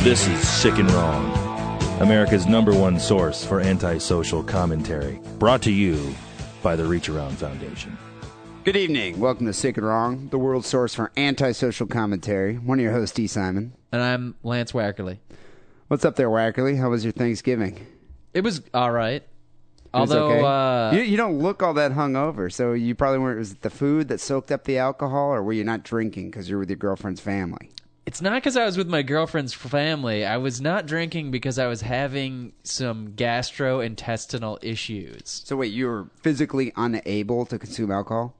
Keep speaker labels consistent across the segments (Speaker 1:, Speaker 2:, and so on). Speaker 1: This is Sick and Wrong, America's number one source for antisocial commentary. Brought to you by the Reach Around Foundation.
Speaker 2: Good evening. Welcome to Sick and Wrong, the world source for antisocial commentary. One of your hosts, D. Simon.
Speaker 3: and I'm Lance Wackerly.
Speaker 2: What's up there, Wackerly? How was your Thanksgiving? It
Speaker 3: It was all right,
Speaker 2: was
Speaker 3: although
Speaker 2: okay?
Speaker 3: uh,
Speaker 2: you, you don't look all that hungover, so you probably weren't. Was it the food that soaked up the alcohol, or were you not drinking because you're with your girlfriend's family?
Speaker 3: it's not because I was with my girlfriend's family. I was not drinking because I was having some gastrointestinal issues.
Speaker 2: So wait, you were physically unable to consume alcohol?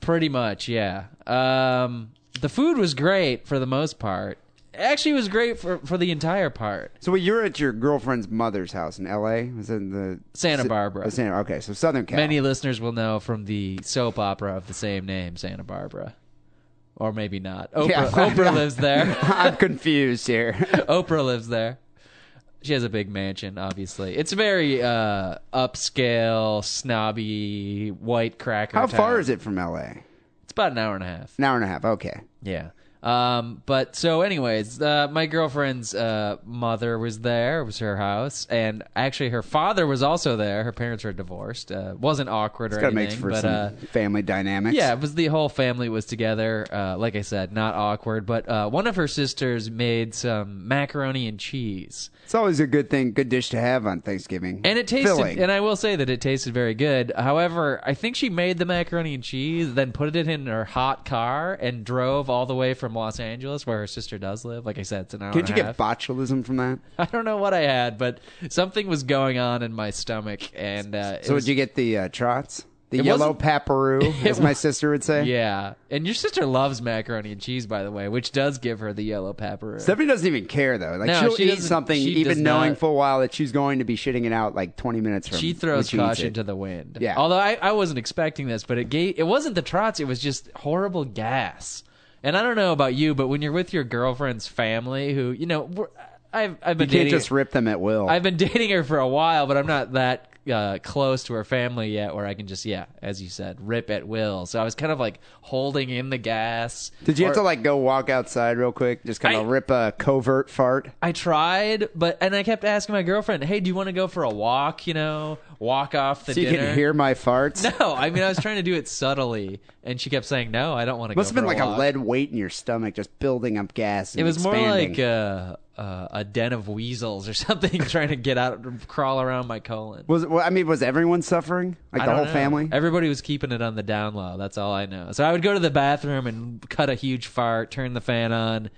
Speaker 3: Pretty much, yeah. Um, the food was great for the most part. Actually, it was great for for the entire part.
Speaker 2: So wait, you were at your girlfriend's mother's house in L.A. Was it in the
Speaker 3: Santa
Speaker 2: Sa-
Speaker 3: Barbara.
Speaker 2: oh, Santa, okay, so Southern Cal.
Speaker 3: Many listeners will know from the soap opera of the same name, Santa Barbara, or maybe not. Oprah,
Speaker 2: Yeah.
Speaker 3: Oprah lives there.
Speaker 2: I'm confused here.
Speaker 3: Oprah lives there. She has a big mansion, obviously. It's very uh, upscale, snobby, white cracker.
Speaker 2: How far is it from L.A.?
Speaker 3: It's about an hour and a half.
Speaker 2: An hour and a half. Okay.
Speaker 3: Yeah. Um, but so, anyways, uh, my girlfriend's uh, mother was there. It was her house, and actually, her father was also there. Her parents were divorced. Uh, wasn't awkward or
Speaker 2: Gotta
Speaker 3: anything.
Speaker 2: make for
Speaker 3: but
Speaker 2: some
Speaker 3: uh,
Speaker 2: family dynamics.
Speaker 3: Yeah, it was the whole family was together. Uh, like I said, not awkward. But uh, one of her sisters made some macaroni and cheese,
Speaker 2: It's always a good thing, good dish to have on Thanksgiving.
Speaker 3: and it tasted.
Speaker 2: Filling.
Speaker 3: And I will say that it tasted very good. However, I think she made the macaroni and cheese, then put it in her hot car and drove all the way from Los Angeles, where her sister does live. Like I said, it's an hour.
Speaker 2: Can't you
Speaker 3: and a
Speaker 2: get
Speaker 3: half.
Speaker 2: botulism from that?
Speaker 3: I don't know what I had, but something was going on in my stomach, and uh, it
Speaker 2: So
Speaker 3: was-
Speaker 2: would you get the uh, trots? The
Speaker 3: It
Speaker 2: yellow
Speaker 3: wasn't-
Speaker 2: paparoo, as my sister would say.
Speaker 3: Yeah, and your sister loves macaroni and cheese, by the way, which does give her the yellow pepper.
Speaker 2: Stephanie doesn't even care though. Like
Speaker 3: No,
Speaker 2: she'll
Speaker 3: she
Speaker 2: eat
Speaker 3: doesn't-
Speaker 2: something,
Speaker 3: she does
Speaker 2: even knowing
Speaker 3: not-
Speaker 2: full well that she's going to be shitting it out like twenty minutes from.
Speaker 3: She
Speaker 2: when
Speaker 3: throws
Speaker 2: eats
Speaker 3: caution
Speaker 2: it.
Speaker 3: to the wind.
Speaker 2: Yeah.
Speaker 3: Although I, I wasn't expecting this, but it gave it wasn't the trots, it was just horrible gas. And I don't know about you, but when you're with your girlfriend's family, who you know, we're- I've I've been
Speaker 2: You can't
Speaker 3: dating,
Speaker 2: just rip them at will.
Speaker 3: I've been dating her for a while, but I'm not that uh, close to her family yet, where I can just yeah, as you said, rip at will. So I was kind of like holding in the gas.
Speaker 2: Did you have
Speaker 3: or-
Speaker 2: to like go walk outside real quick, just kind
Speaker 3: I-
Speaker 2: of rip a covert fart?
Speaker 3: I tried, but and I kept asking my girlfriend, "Hey, do you want to go for a walk? You know, walk off the
Speaker 2: So you
Speaker 3: dinner."
Speaker 2: can hear my farts.
Speaker 3: No, I mean I was trying to do it subtly, and she kept saying, "No, I don't want to."
Speaker 2: Must have
Speaker 3: go
Speaker 2: been
Speaker 3: for
Speaker 2: like
Speaker 3: a,
Speaker 2: a
Speaker 3: walk."
Speaker 2: lead weight in your stomach, just building up gas. And
Speaker 3: It was more
Speaker 2: expanding.
Speaker 3: like a, uh a den of weasels or something, trying to get out, crawl around my colon.
Speaker 2: Was well, I mean, was everyone suffering? Like
Speaker 3: I
Speaker 2: the
Speaker 3: don't
Speaker 2: whole
Speaker 3: know.
Speaker 2: family?
Speaker 3: Everybody was keeping it on the down low. That's all I know. So I would go to the bathroom and cut a huge fart, turn the fan on,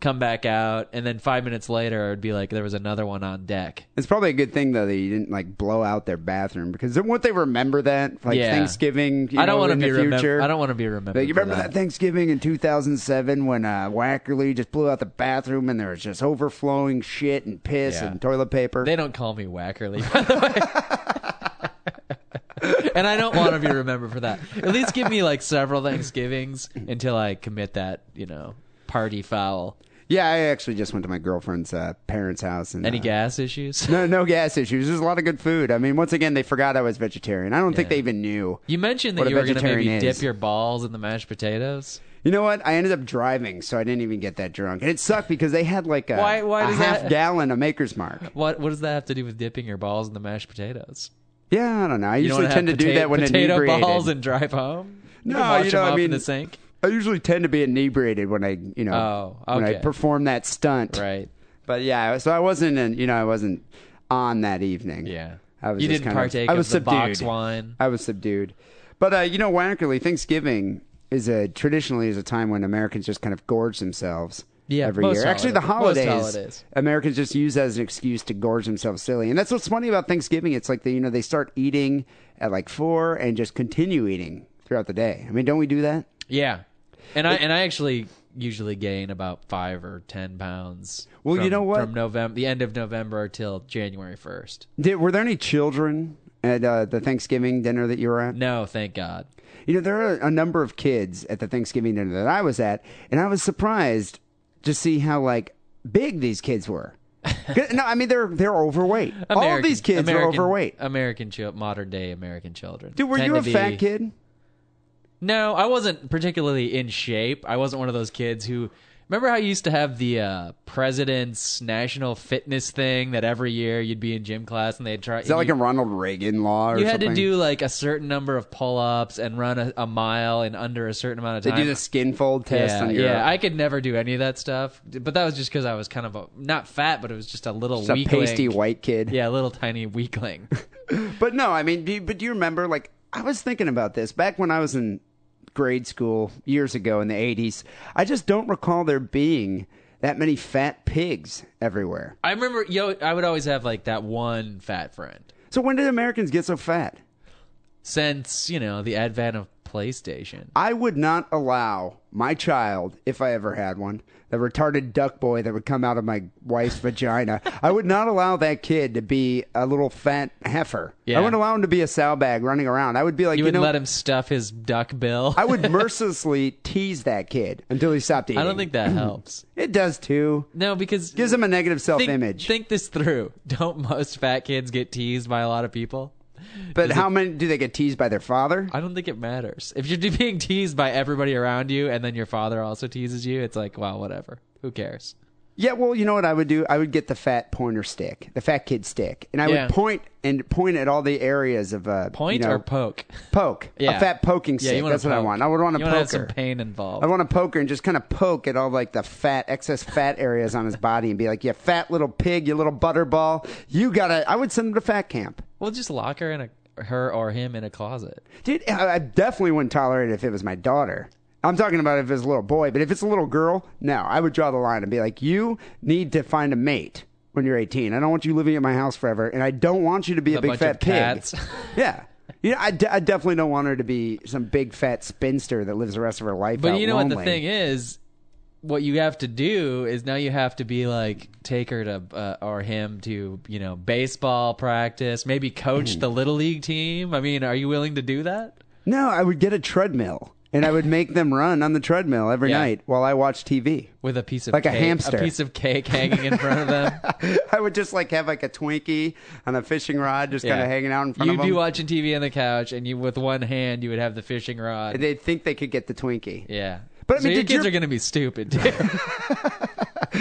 Speaker 3: come back out, and then five minutes later, it would be like there was another one on deck.
Speaker 2: It's probably a good thing though that you didn't like blow out their bathroom because then won't they remember that like
Speaker 3: Yeah.
Speaker 2: Thanksgiving? You
Speaker 3: I don't
Speaker 2: know,
Speaker 3: want to
Speaker 2: in
Speaker 3: be
Speaker 2: the
Speaker 3: remembered.
Speaker 2: future.
Speaker 3: I don't want to be remembered.
Speaker 2: Like, you
Speaker 3: for
Speaker 2: remember that. Thanksgiving in 2007 when uh, Wackerly just blew out the bathroom and there was just overflowing shit and piss
Speaker 3: Yeah.
Speaker 2: and toilet paper.
Speaker 3: They don't call me Wackerly, by the way. and I don't want to be remembered for that. At least give me like several Thanksgivings until I commit that, you know, party foul.
Speaker 2: yeah, I actually just went to my girlfriend's uh, parents' house and
Speaker 3: Any
Speaker 2: uh,
Speaker 3: gas issues?
Speaker 2: No, no gas issues. There's a lot of good food. I mean, once again, they forgot I was vegetarian. I don't think they even knew.
Speaker 3: You mentioned
Speaker 2: What
Speaker 3: that
Speaker 2: a
Speaker 3: you were going to maybe
Speaker 2: vegetarian is.
Speaker 3: dip your balls in the mashed potatoes.
Speaker 2: You know what? I ended up driving, so I didn't even get that drunk, and it sucked because they had like a,
Speaker 3: Why- why
Speaker 2: a
Speaker 3: does
Speaker 2: half
Speaker 3: that-
Speaker 2: gallon of Maker's Mark.
Speaker 3: What what does that have to do with dipping your balls in the mashed potatoes?
Speaker 2: Yeah, I don't know. I
Speaker 3: You
Speaker 2: usually
Speaker 3: don't
Speaker 2: tend to
Speaker 3: have
Speaker 2: do
Speaker 3: pota-
Speaker 2: that when
Speaker 3: potato
Speaker 2: inebriated.
Speaker 3: balls and drive home.
Speaker 2: No,
Speaker 3: can wash
Speaker 2: you know,
Speaker 3: them
Speaker 2: I
Speaker 3: off in
Speaker 2: mean-
Speaker 3: the sink.
Speaker 2: I usually tend to be inebriated when I, you know,
Speaker 3: Oh,
Speaker 2: when I
Speaker 3: okay.
Speaker 2: perform that stunt.
Speaker 3: Right.
Speaker 2: But yeah, so I wasn't, in, you know, I wasn't on that evening.
Speaker 3: Yeah.
Speaker 2: I was
Speaker 3: you
Speaker 2: just
Speaker 3: didn't
Speaker 2: kind
Speaker 3: partake
Speaker 2: of, I was
Speaker 3: of the
Speaker 2: subdued.
Speaker 3: box wine.
Speaker 2: I was subdued. But uh, you know, Wackerly, Thanksgiving is a traditionally is a time when Americans just kind of gorge themselves.
Speaker 3: Yeah,
Speaker 2: every
Speaker 3: most
Speaker 2: year. Actually, the
Speaker 3: holidays.
Speaker 2: holidays,
Speaker 3: Most holidays.
Speaker 2: Americans just use that as an excuse to gorge themselves silly, and that's what's funny about Thanksgiving. It's like they, you know, they start eating at like four and just continue eating throughout the day. I mean, don't we do that?
Speaker 3: Yeah, and I and I actually usually gain about five or ten pounds.
Speaker 2: Well,
Speaker 3: from,
Speaker 2: you know what?
Speaker 3: From November, the end of November till January first.
Speaker 2: Did, were there any children at uh, the Thanksgiving dinner that you were at?
Speaker 3: No, thank God.
Speaker 2: You know, there are a number of kids at the Thanksgiving dinner that I was at, and I was surprised to see how like big these kids were. no, I mean they're they're overweight. All of
Speaker 3: American-
Speaker 2: these kids
Speaker 3: American,
Speaker 2: are overweight.
Speaker 3: American chil- modern day American children.
Speaker 2: Dude, were
Speaker 3: tend
Speaker 2: you
Speaker 3: to
Speaker 2: a
Speaker 3: be-
Speaker 2: fat kid?
Speaker 3: No, I wasn't particularly in shape. I wasn't one of those kids who Remember how you used to have the uh, president's national fitness thing that every year you'd be in gym class and they'd try.
Speaker 2: Is that like a Ronald Reagan law or
Speaker 3: you had
Speaker 2: something?
Speaker 3: to do like a certain number of pull-ups and run a, a mile in under a certain amount of
Speaker 2: They
Speaker 3: time.
Speaker 2: do the skin fold test
Speaker 3: yeah,
Speaker 2: on your
Speaker 3: yeah. I could never do any of that stuff, but that was just because I was kind of a, not fat, but it was just a little
Speaker 2: just a
Speaker 3: weakling.
Speaker 2: pasty white kid.
Speaker 3: Yeah, a little tiny weakling.
Speaker 2: But no, I mean, do you, but do you remember? Like, I was thinking about this back when I was in grade school years ago in the '80s. I just don't recall there being that many fat pigs everywhere.
Speaker 3: I remember, yo, I would always have like that one fat friend
Speaker 2: So when did Americans get so fat?
Speaker 3: since you know the advent of PlayStation.
Speaker 2: I would not allow my child, if I ever had one, the retarded duck boy that would come out of my wife's vagina. I would not allow that kid to be a little fat heifer.
Speaker 3: Yeah.
Speaker 2: I wouldn't allow him to be a sowbag running around. I would be like,
Speaker 3: You,
Speaker 2: you,
Speaker 3: would
Speaker 2: know,
Speaker 3: let him stuff his duck bill.
Speaker 2: I would mercilessly tease that kid until he stopped eating.
Speaker 3: I don't think that helps.
Speaker 2: it does too.
Speaker 3: No, because
Speaker 2: Gives him a negative
Speaker 3: think,
Speaker 2: self-image.
Speaker 3: Think this through. Don't most fat kids get teased by a lot of people?
Speaker 2: but how many do they get teased by their father?
Speaker 3: I don't think it matters. If you're being teased by everybody around you, and then your father also teases you, it's like, wow, whatever. Who cares?
Speaker 2: Yeah, well, you know what I would do? I would get the fat pointer stick, the fat kid stick, and I
Speaker 3: Yeah.
Speaker 2: would point and point at all the areas of uh,
Speaker 3: Point
Speaker 2: you know,
Speaker 3: or poke?
Speaker 2: poke.
Speaker 3: Yeah.
Speaker 2: A fat poking
Speaker 3: Yeah,
Speaker 2: stick.
Speaker 3: you want
Speaker 2: That's what I want. I would want a
Speaker 3: you
Speaker 2: poker.
Speaker 3: Have some pain involved.
Speaker 2: I want a poker and just kind of poke at all like the fat excess fat areas on his body and be like, "You fat little pig, you little butterball, you gotta." I would send him to fat camp,
Speaker 3: Well, just lock her in a her or him in a closet.
Speaker 2: dude. I, I definitely wouldn't tolerate it if it was my daughter. I'm talking about if it's a little boy, but if it's a little girl, no, I would draw the line and be like, "You need to find a mate when you're 18. I don't want you living at my house forever, and I don't want you to be a,
Speaker 3: A
Speaker 2: big
Speaker 3: bunch
Speaker 2: fat
Speaker 3: of
Speaker 2: pig."
Speaker 3: cats.
Speaker 2: Yeah. Yeah, I, de- I definitely don't want her to be some big fat spinster that lives the rest of her life.
Speaker 3: But
Speaker 2: out
Speaker 3: you know
Speaker 2: lonely.
Speaker 3: what the thing is? What you have to do is now you have to be like take her to uh, or him to you know baseball practice, maybe
Speaker 2: Hmm.
Speaker 3: coach the little league team. I mean, are you willing to do that?
Speaker 2: No, I would get a treadmill and I would make them run on the treadmill every
Speaker 3: Yeah.
Speaker 2: night while I watch TV.
Speaker 3: With a piece of
Speaker 2: Like a
Speaker 3: cake,
Speaker 2: hamster.
Speaker 3: a piece of cake hanging in front of them.
Speaker 2: I would just like have like a Twinkie on a fishing rod, just kind
Speaker 3: Yeah.
Speaker 2: of hanging out in front
Speaker 3: You'd
Speaker 2: of
Speaker 3: be
Speaker 2: them.
Speaker 3: watching TV on the couch, and you with one hand you would have the fishing rod.
Speaker 2: And They'd think they could get the Twinkie.
Speaker 3: yeah,
Speaker 2: But I
Speaker 3: So
Speaker 2: mean,
Speaker 3: your
Speaker 2: did
Speaker 3: kids
Speaker 2: your-
Speaker 3: are going to be stupid. Too.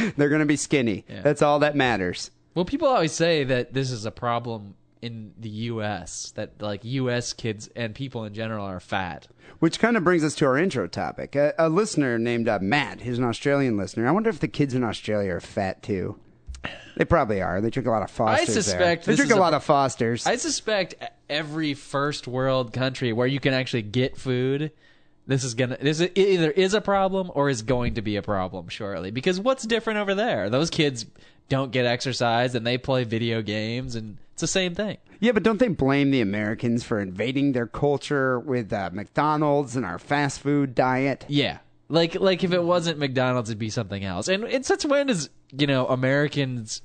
Speaker 2: They're going to be skinny. That's all that matters.
Speaker 3: well, people always say that this is a problem in the U.S. That like U.S. kids and people in general are fat.
Speaker 2: Which kind of brings us to our intro topic. A, a listener named uh, Matt, who's an Australian listener. I wonder if the kids in Australia are fat too. They probably are. They drink a lot of Fosters. there.
Speaker 3: suspect
Speaker 2: they
Speaker 3: this
Speaker 2: drink
Speaker 3: is
Speaker 2: a
Speaker 3: a-
Speaker 2: lot of Fosters.
Speaker 3: I suspect e-, every first world country where you can actually get food, this is gonna this is, it either is a problem or is going to be a problem shortly. Because what's different over there? Those kids don't get exercise and they play video games, and it's the same thing.
Speaker 2: Yeah, but don't they blame the Americans for invading their culture with uh, McDonald's and our fast food diet?
Speaker 3: Yeah, like like if it wasn't McDonald's, it'd be something else. And and since when is you know Americans?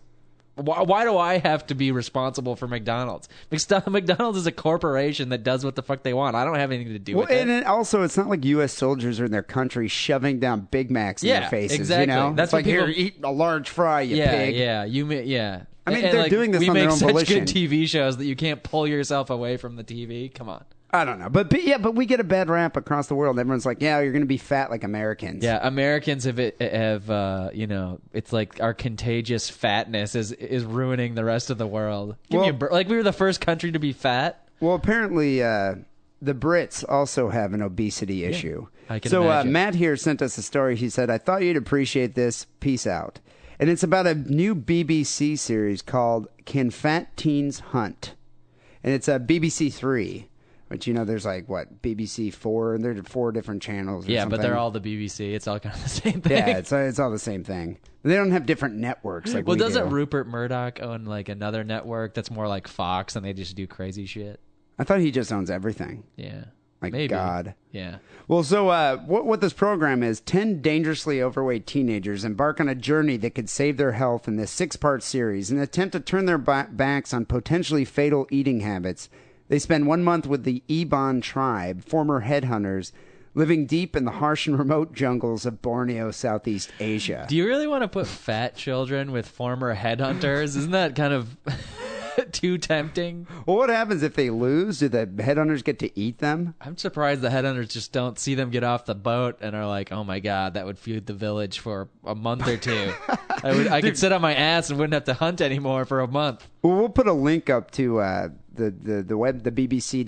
Speaker 3: Why, why do I have to be responsible for McDonald's? McSt- McDonald's is a corporation that does what the fuck they want. I don't have anything to do
Speaker 2: Well,
Speaker 3: with it.
Speaker 2: and it also, it's not like U.S. soldiers are in their country shoving down Big Macs in
Speaker 3: Yeah,
Speaker 2: their faces.
Speaker 3: exactly.
Speaker 2: You know,
Speaker 3: That's
Speaker 2: it's
Speaker 3: what
Speaker 2: like
Speaker 3: people-
Speaker 2: here, eat a large fry, you
Speaker 3: yeah,
Speaker 2: pig.
Speaker 3: yeah. You may, yeah.
Speaker 2: I mean,
Speaker 3: And,
Speaker 2: they're
Speaker 3: like,
Speaker 2: doing this
Speaker 3: we
Speaker 2: on their
Speaker 3: make
Speaker 2: own
Speaker 3: such
Speaker 2: volition.
Speaker 3: good TV shows that you can't pull yourself away from the TV. Come on.
Speaker 2: I don't know, but, but yeah, but we get a bad rap across the world. Everyone's like, "Yeah, you're going to be fat like Americans."
Speaker 3: Yeah, Americans have it, have uh, you know, it's like our contagious fatness is is ruining the rest of the world. Give me a
Speaker 2: Well-
Speaker 3: bur- like we were the first country to be fat.
Speaker 2: Well, apparently, uh, the Brits also have an obesity issue.
Speaker 3: I can
Speaker 2: so
Speaker 3: imagine.
Speaker 2: Uh, Matt here sent us a story. He said, "I thought you'd appreciate this. Peace out." And it's about a new BBC series called "Can Fat Teens Hunt," and it's a BBC Three. Which you know, there's like what BBC Four, and there are four different channels. Or
Speaker 3: Yeah,
Speaker 2: something.
Speaker 3: but they're all the BBC. It's all kind of the same thing.
Speaker 2: yeah, it's it's all the same thing. They don't have different networks. Like
Speaker 3: well,
Speaker 2: we
Speaker 3: doesn't
Speaker 2: do.
Speaker 3: Rupert Murdoch own like another network that's more like Fox and they just do crazy shit?
Speaker 2: I thought he just owns everything.
Speaker 3: Yeah.
Speaker 2: Like
Speaker 3: Maybe.
Speaker 2: God.
Speaker 3: Yeah.
Speaker 2: Well, so uh, what, what this program is 10 dangerously overweight teenagers embark on a journey that could save their health in this six part series and attempt to turn their ba- backs on potentially fatal eating habits. They spend one month with the Ebon tribe, former headhunters, living deep in the harsh and remote jungles of Borneo, Southeast Asia.
Speaker 3: Do you really want to put fat children with former headhunters? Isn't that kind of too tempting?
Speaker 2: Well, what happens if they lose? Do the headhunters get to eat them?
Speaker 3: I'm surprised the headhunters just don't see them get off the boat and are like, "Oh my god, that would feud the village for a month or two. I would, I could sit on my ass and wouldn't have to hunt anymore for a month."
Speaker 2: Well, we'll put a link up to uh, the, the the web the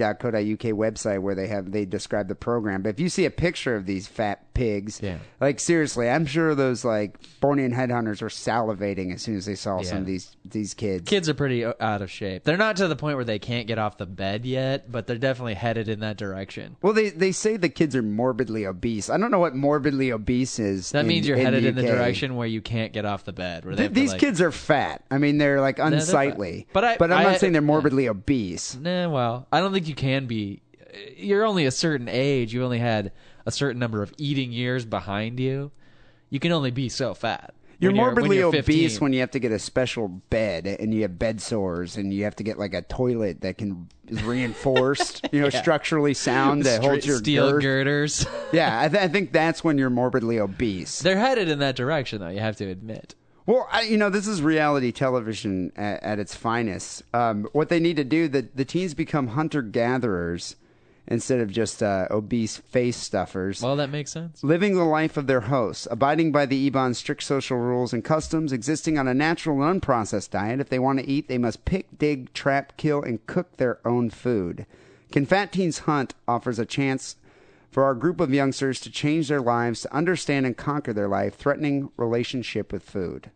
Speaker 2: bbc.co.uk website where they have they describe the program. But if you see a picture of these fat pigs,
Speaker 3: Yeah.
Speaker 2: like seriously, I'm sure those like Bornean headhunters were salivating as soon as they saw some
Speaker 3: Yeah.
Speaker 2: of these these kids.
Speaker 3: Kids are pretty o- out of shape. They're not to the point where they can't get off the bed yet, but they're definitely headed in that direction.
Speaker 2: Well, they, they say the kids are morbidly obese. I don't know what morbidly obese is.
Speaker 3: That
Speaker 2: in-
Speaker 3: means you're headed in the
Speaker 2: UK.
Speaker 3: direction where you can't get off the bed. Where they
Speaker 2: Th-
Speaker 3: have to,
Speaker 2: these
Speaker 3: like-
Speaker 2: kids are fat. I mean, they're like
Speaker 3: fat.
Speaker 2: unsightly.
Speaker 3: But I-
Speaker 2: am
Speaker 3: I-
Speaker 2: not saying they're morbidly obese.
Speaker 3: Nah, well, I don't think you can be. You're only a certain age. You only had a certain number of eating years behind you. You can only be so fat.
Speaker 2: You're
Speaker 3: when when
Speaker 2: morbidly
Speaker 3: you're
Speaker 2: obese
Speaker 3: 15.
Speaker 2: when you have to get a special bed and you have bed sores and you have to get like a toilet that can is reinforced, you know, structurally sound that holds
Speaker 3: Stre-
Speaker 2: your
Speaker 3: steel
Speaker 2: girth.
Speaker 3: girders.
Speaker 2: Yeah, I, th- I think that's when you're morbidly obese.
Speaker 3: They're headed in that direction, though. You have to admit.
Speaker 2: Well, I, you know, this is reality television at, at its finest. Um, what they need to do, the, the teens become hunter gatherers instead of just uh, obese face stuffers.
Speaker 3: Well, that makes sense.
Speaker 2: Living the life of their hosts, abiding by the Ebon's strict social rules and customs, existing on a natural and unprocessed diet. If they want to eat, they must pick, dig, trap, kill, and cook their own food. Can Fat Teens Hunt offers a chance for our group of youngsters to change their lives, to understand and conquer their life threatening relationship with food.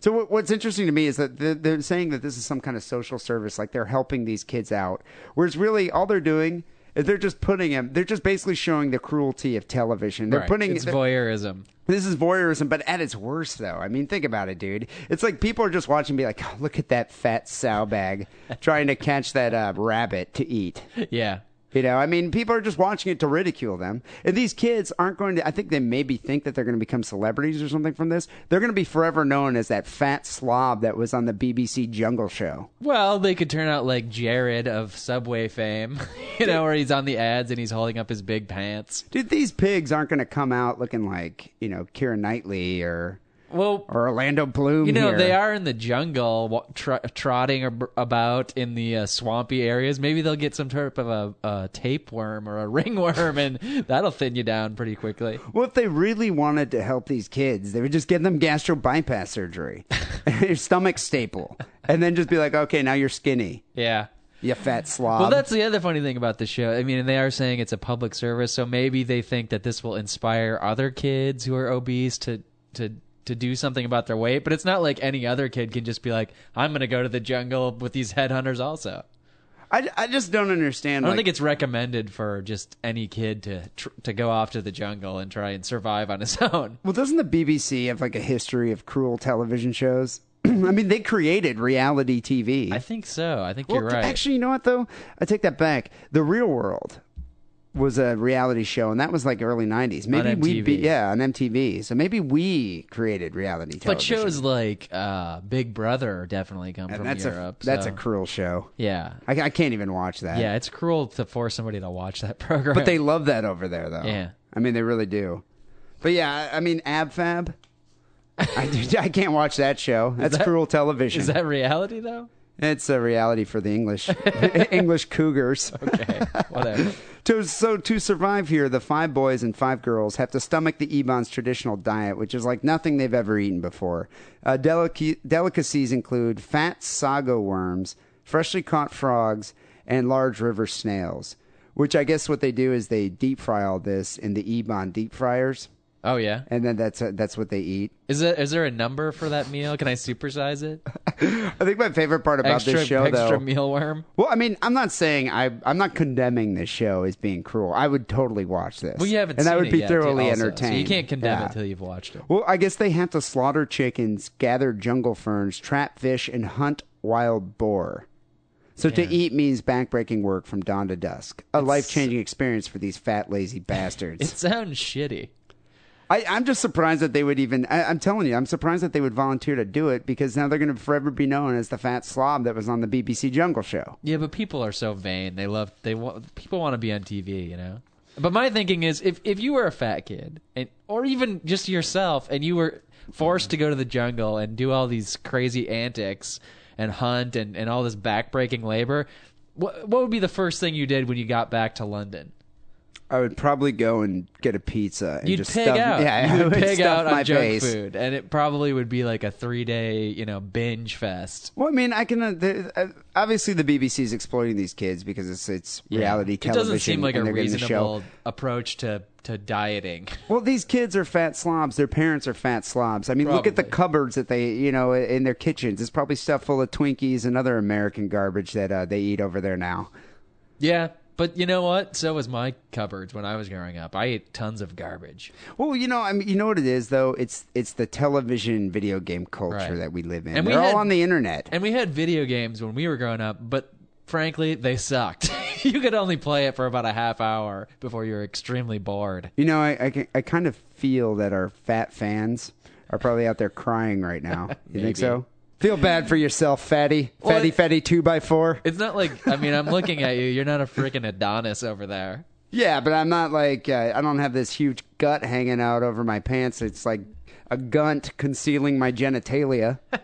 Speaker 2: So what, what's interesting to me is that they're, they're saying that this is some kind of social service, like they're helping these kids out, whereas really all they're doing is they're just putting them. They're just basically showing the cruelty of television. They're
Speaker 3: Right.
Speaker 2: putting
Speaker 3: it's
Speaker 2: they're-
Speaker 3: voyeurism.
Speaker 2: this is voyeurism, but at its worst, though. I mean, think about it, dude. It's like people are just watching, be like, oh, look at that fat sow bag trying to catch that uh, rabbit to eat.
Speaker 3: Yeah.
Speaker 2: You know, I mean, people are just watching it to ridicule them. And these kids aren't going to, I think they maybe think that they're going to become celebrities or something from this. They're going to be forever known as that fat slob that was on the BBC Jungle Show.
Speaker 3: Well, they could turn out like Jared of Subway fame, you know, where he's on the ads and he's holding up his big pants.
Speaker 2: Dude, these pigs aren't going to come out looking like, you know, Kira Knightley or,
Speaker 3: Well,
Speaker 2: or Orlando Bloom.
Speaker 3: You know,
Speaker 2: here.
Speaker 3: they are in the jungle, wa- tr- trotting ab- about in the uh, swampy areas. Maybe they'll get some type of a, a tapeworm or a ringworm, and that'll thin you down pretty quickly.
Speaker 2: Well, if they really wanted to help these kids, they would just give them gastro bypass surgery, your stomach staple, and then just be like, okay, now you're skinny,
Speaker 3: Yeah.
Speaker 2: you fat slob.
Speaker 3: Well, that's the other funny thing about the show. I mean, and they are saying it's a public service, so maybe they think that this will inspire other kids who are obese to to to do something about their weight. But it's not like any other kid can just be like, "I'm going to go to the jungle with these headhunters." Also,
Speaker 2: I, I just don't understand.
Speaker 3: I don't
Speaker 2: like,
Speaker 3: think it's recommended for just any kid to tr- to go off to the jungle and try and survive on his own.
Speaker 2: well, doesn't the BBC have like a history of cruel television shows? I mean, they created reality TV.
Speaker 3: I think so. I think
Speaker 2: Well,
Speaker 3: you're right.
Speaker 2: Actually, you know what though? I take that back. The Real World was a reality show, and that was like early '90s. Maybe
Speaker 3: On
Speaker 2: we, be,
Speaker 3: MTV.
Speaker 2: yeah, on MTV. So maybe we created reality television.
Speaker 3: but shows like uh, Big Brother definitely come from
Speaker 2: and that's
Speaker 3: Europe.
Speaker 2: a that's
Speaker 3: so-
Speaker 2: a cruel show.
Speaker 3: yeah,
Speaker 2: I, I can't even watch that.
Speaker 3: yeah. It's cruel to force somebody to watch that program.
Speaker 2: But they love that over there, though.
Speaker 3: Yeah.
Speaker 2: I mean, they really do. But yeah, I I mean, Ab Fab. I, I can't watch that show. That's
Speaker 3: that-
Speaker 2: cruel television.
Speaker 3: is that reality though?
Speaker 2: it's a reality for the English English cougars.
Speaker 3: Okay, whatever.
Speaker 2: To, so to survive here, the five boys and five girls have to stomach the Ebon's traditional diet, which is like nothing they've ever eaten before. Uh, delica- delicacies include fat sago worms, freshly caught frogs, and large river snails. Which I guess what they do is they deep fry all this in the Ebon deep fryers,
Speaker 3: Oh yeah.
Speaker 2: and then that's uh, that's what they eat.
Speaker 3: Is there is there a number for that meal? Can I supersize it?
Speaker 2: I think my favorite part about
Speaker 3: Extra
Speaker 2: this show, though,
Speaker 3: extra mealworm.
Speaker 2: well, I mean, I'm not saying I, I'm not condemning this show as being cruel. I would totally watch this.
Speaker 3: Well, you haven't.
Speaker 2: and
Speaker 3: seen
Speaker 2: I would
Speaker 3: it
Speaker 2: be
Speaker 3: yet,
Speaker 2: thoroughly
Speaker 3: also,
Speaker 2: entertained.
Speaker 3: So you can't condemn
Speaker 2: Yeah.
Speaker 3: it until you've watched it.
Speaker 2: Well, I guess they have to slaughter chickens, gather jungle ferns, trap fish, and hunt wild boar. So to eat means backbreaking work from dawn to dusk, a life changing experience for these fat, lazy
Speaker 3: It
Speaker 2: bastards.
Speaker 3: sounds shitty.
Speaker 2: I, I'm just surprised that they would even. I, I'm telling you, I'm surprised that they would volunteer to do it because now they're going to forever be known as the fat slob that was on the BBC Jungle Show.
Speaker 3: Yeah, but people are so vain. They love they want people want to be on TV, you know. But my thinking is if if you were a fat kid and or even just yourself and you were forced to go to the jungle and do all these crazy antics and hunt and, and all this backbreaking labor, what what would be the first thing you did when you got back to London?
Speaker 2: I would probably go and get a pizza and
Speaker 3: You'd
Speaker 2: just
Speaker 3: pig
Speaker 2: stuff,
Speaker 3: out.
Speaker 2: Yeah, I
Speaker 3: you would
Speaker 2: would
Speaker 3: pig
Speaker 2: stuff
Speaker 3: out
Speaker 2: my
Speaker 3: on junk
Speaker 2: face.
Speaker 3: food, and it probably would be like a three day you know binge fest.
Speaker 2: Well, I mean, I can. Uh, the, uh, obviously, the BBC's exploiting these kids because it's it's reality
Speaker 3: It
Speaker 2: television.
Speaker 3: doesn't seem like a
Speaker 2: and they're getting the show.
Speaker 3: reasonable approach to to dieting.
Speaker 2: Well, these kids are fat slobs. Their parents are fat slobs. I mean, look at the
Speaker 3: Probably.
Speaker 2: cupboards that they, you know, in their kitchens. It's probably stuff full of Twinkies and other American garbage that uh, they eat over there now.
Speaker 3: Yeah, but you know what? So was my cupboards when I was growing up. I ate tons of garbage.
Speaker 2: Well, you know, I mean, you know what it is though. It's it's the television video game culture
Speaker 3: Right.
Speaker 2: that we live in.
Speaker 3: And we
Speaker 2: They're
Speaker 3: had-
Speaker 2: all on the internet.
Speaker 3: And we had video games when we were growing up, but frankly, they sucked. you could only play it for about a half hour before you were extremely bored.
Speaker 2: you know, I I, can- I kind of feel that our fat fans are probably out there crying right now. You think so? Feel bad for yourself, fatty,
Speaker 3: Well,
Speaker 2: fatty,
Speaker 3: it-
Speaker 2: fatty two by four.
Speaker 3: It's not like I mean, I'm looking at you. You're not a freaking Adonis over there.
Speaker 2: Yeah, but I'm not like uh, I don't have this huge gut hanging out over my pants. It's like a gunt concealing my genitalia. I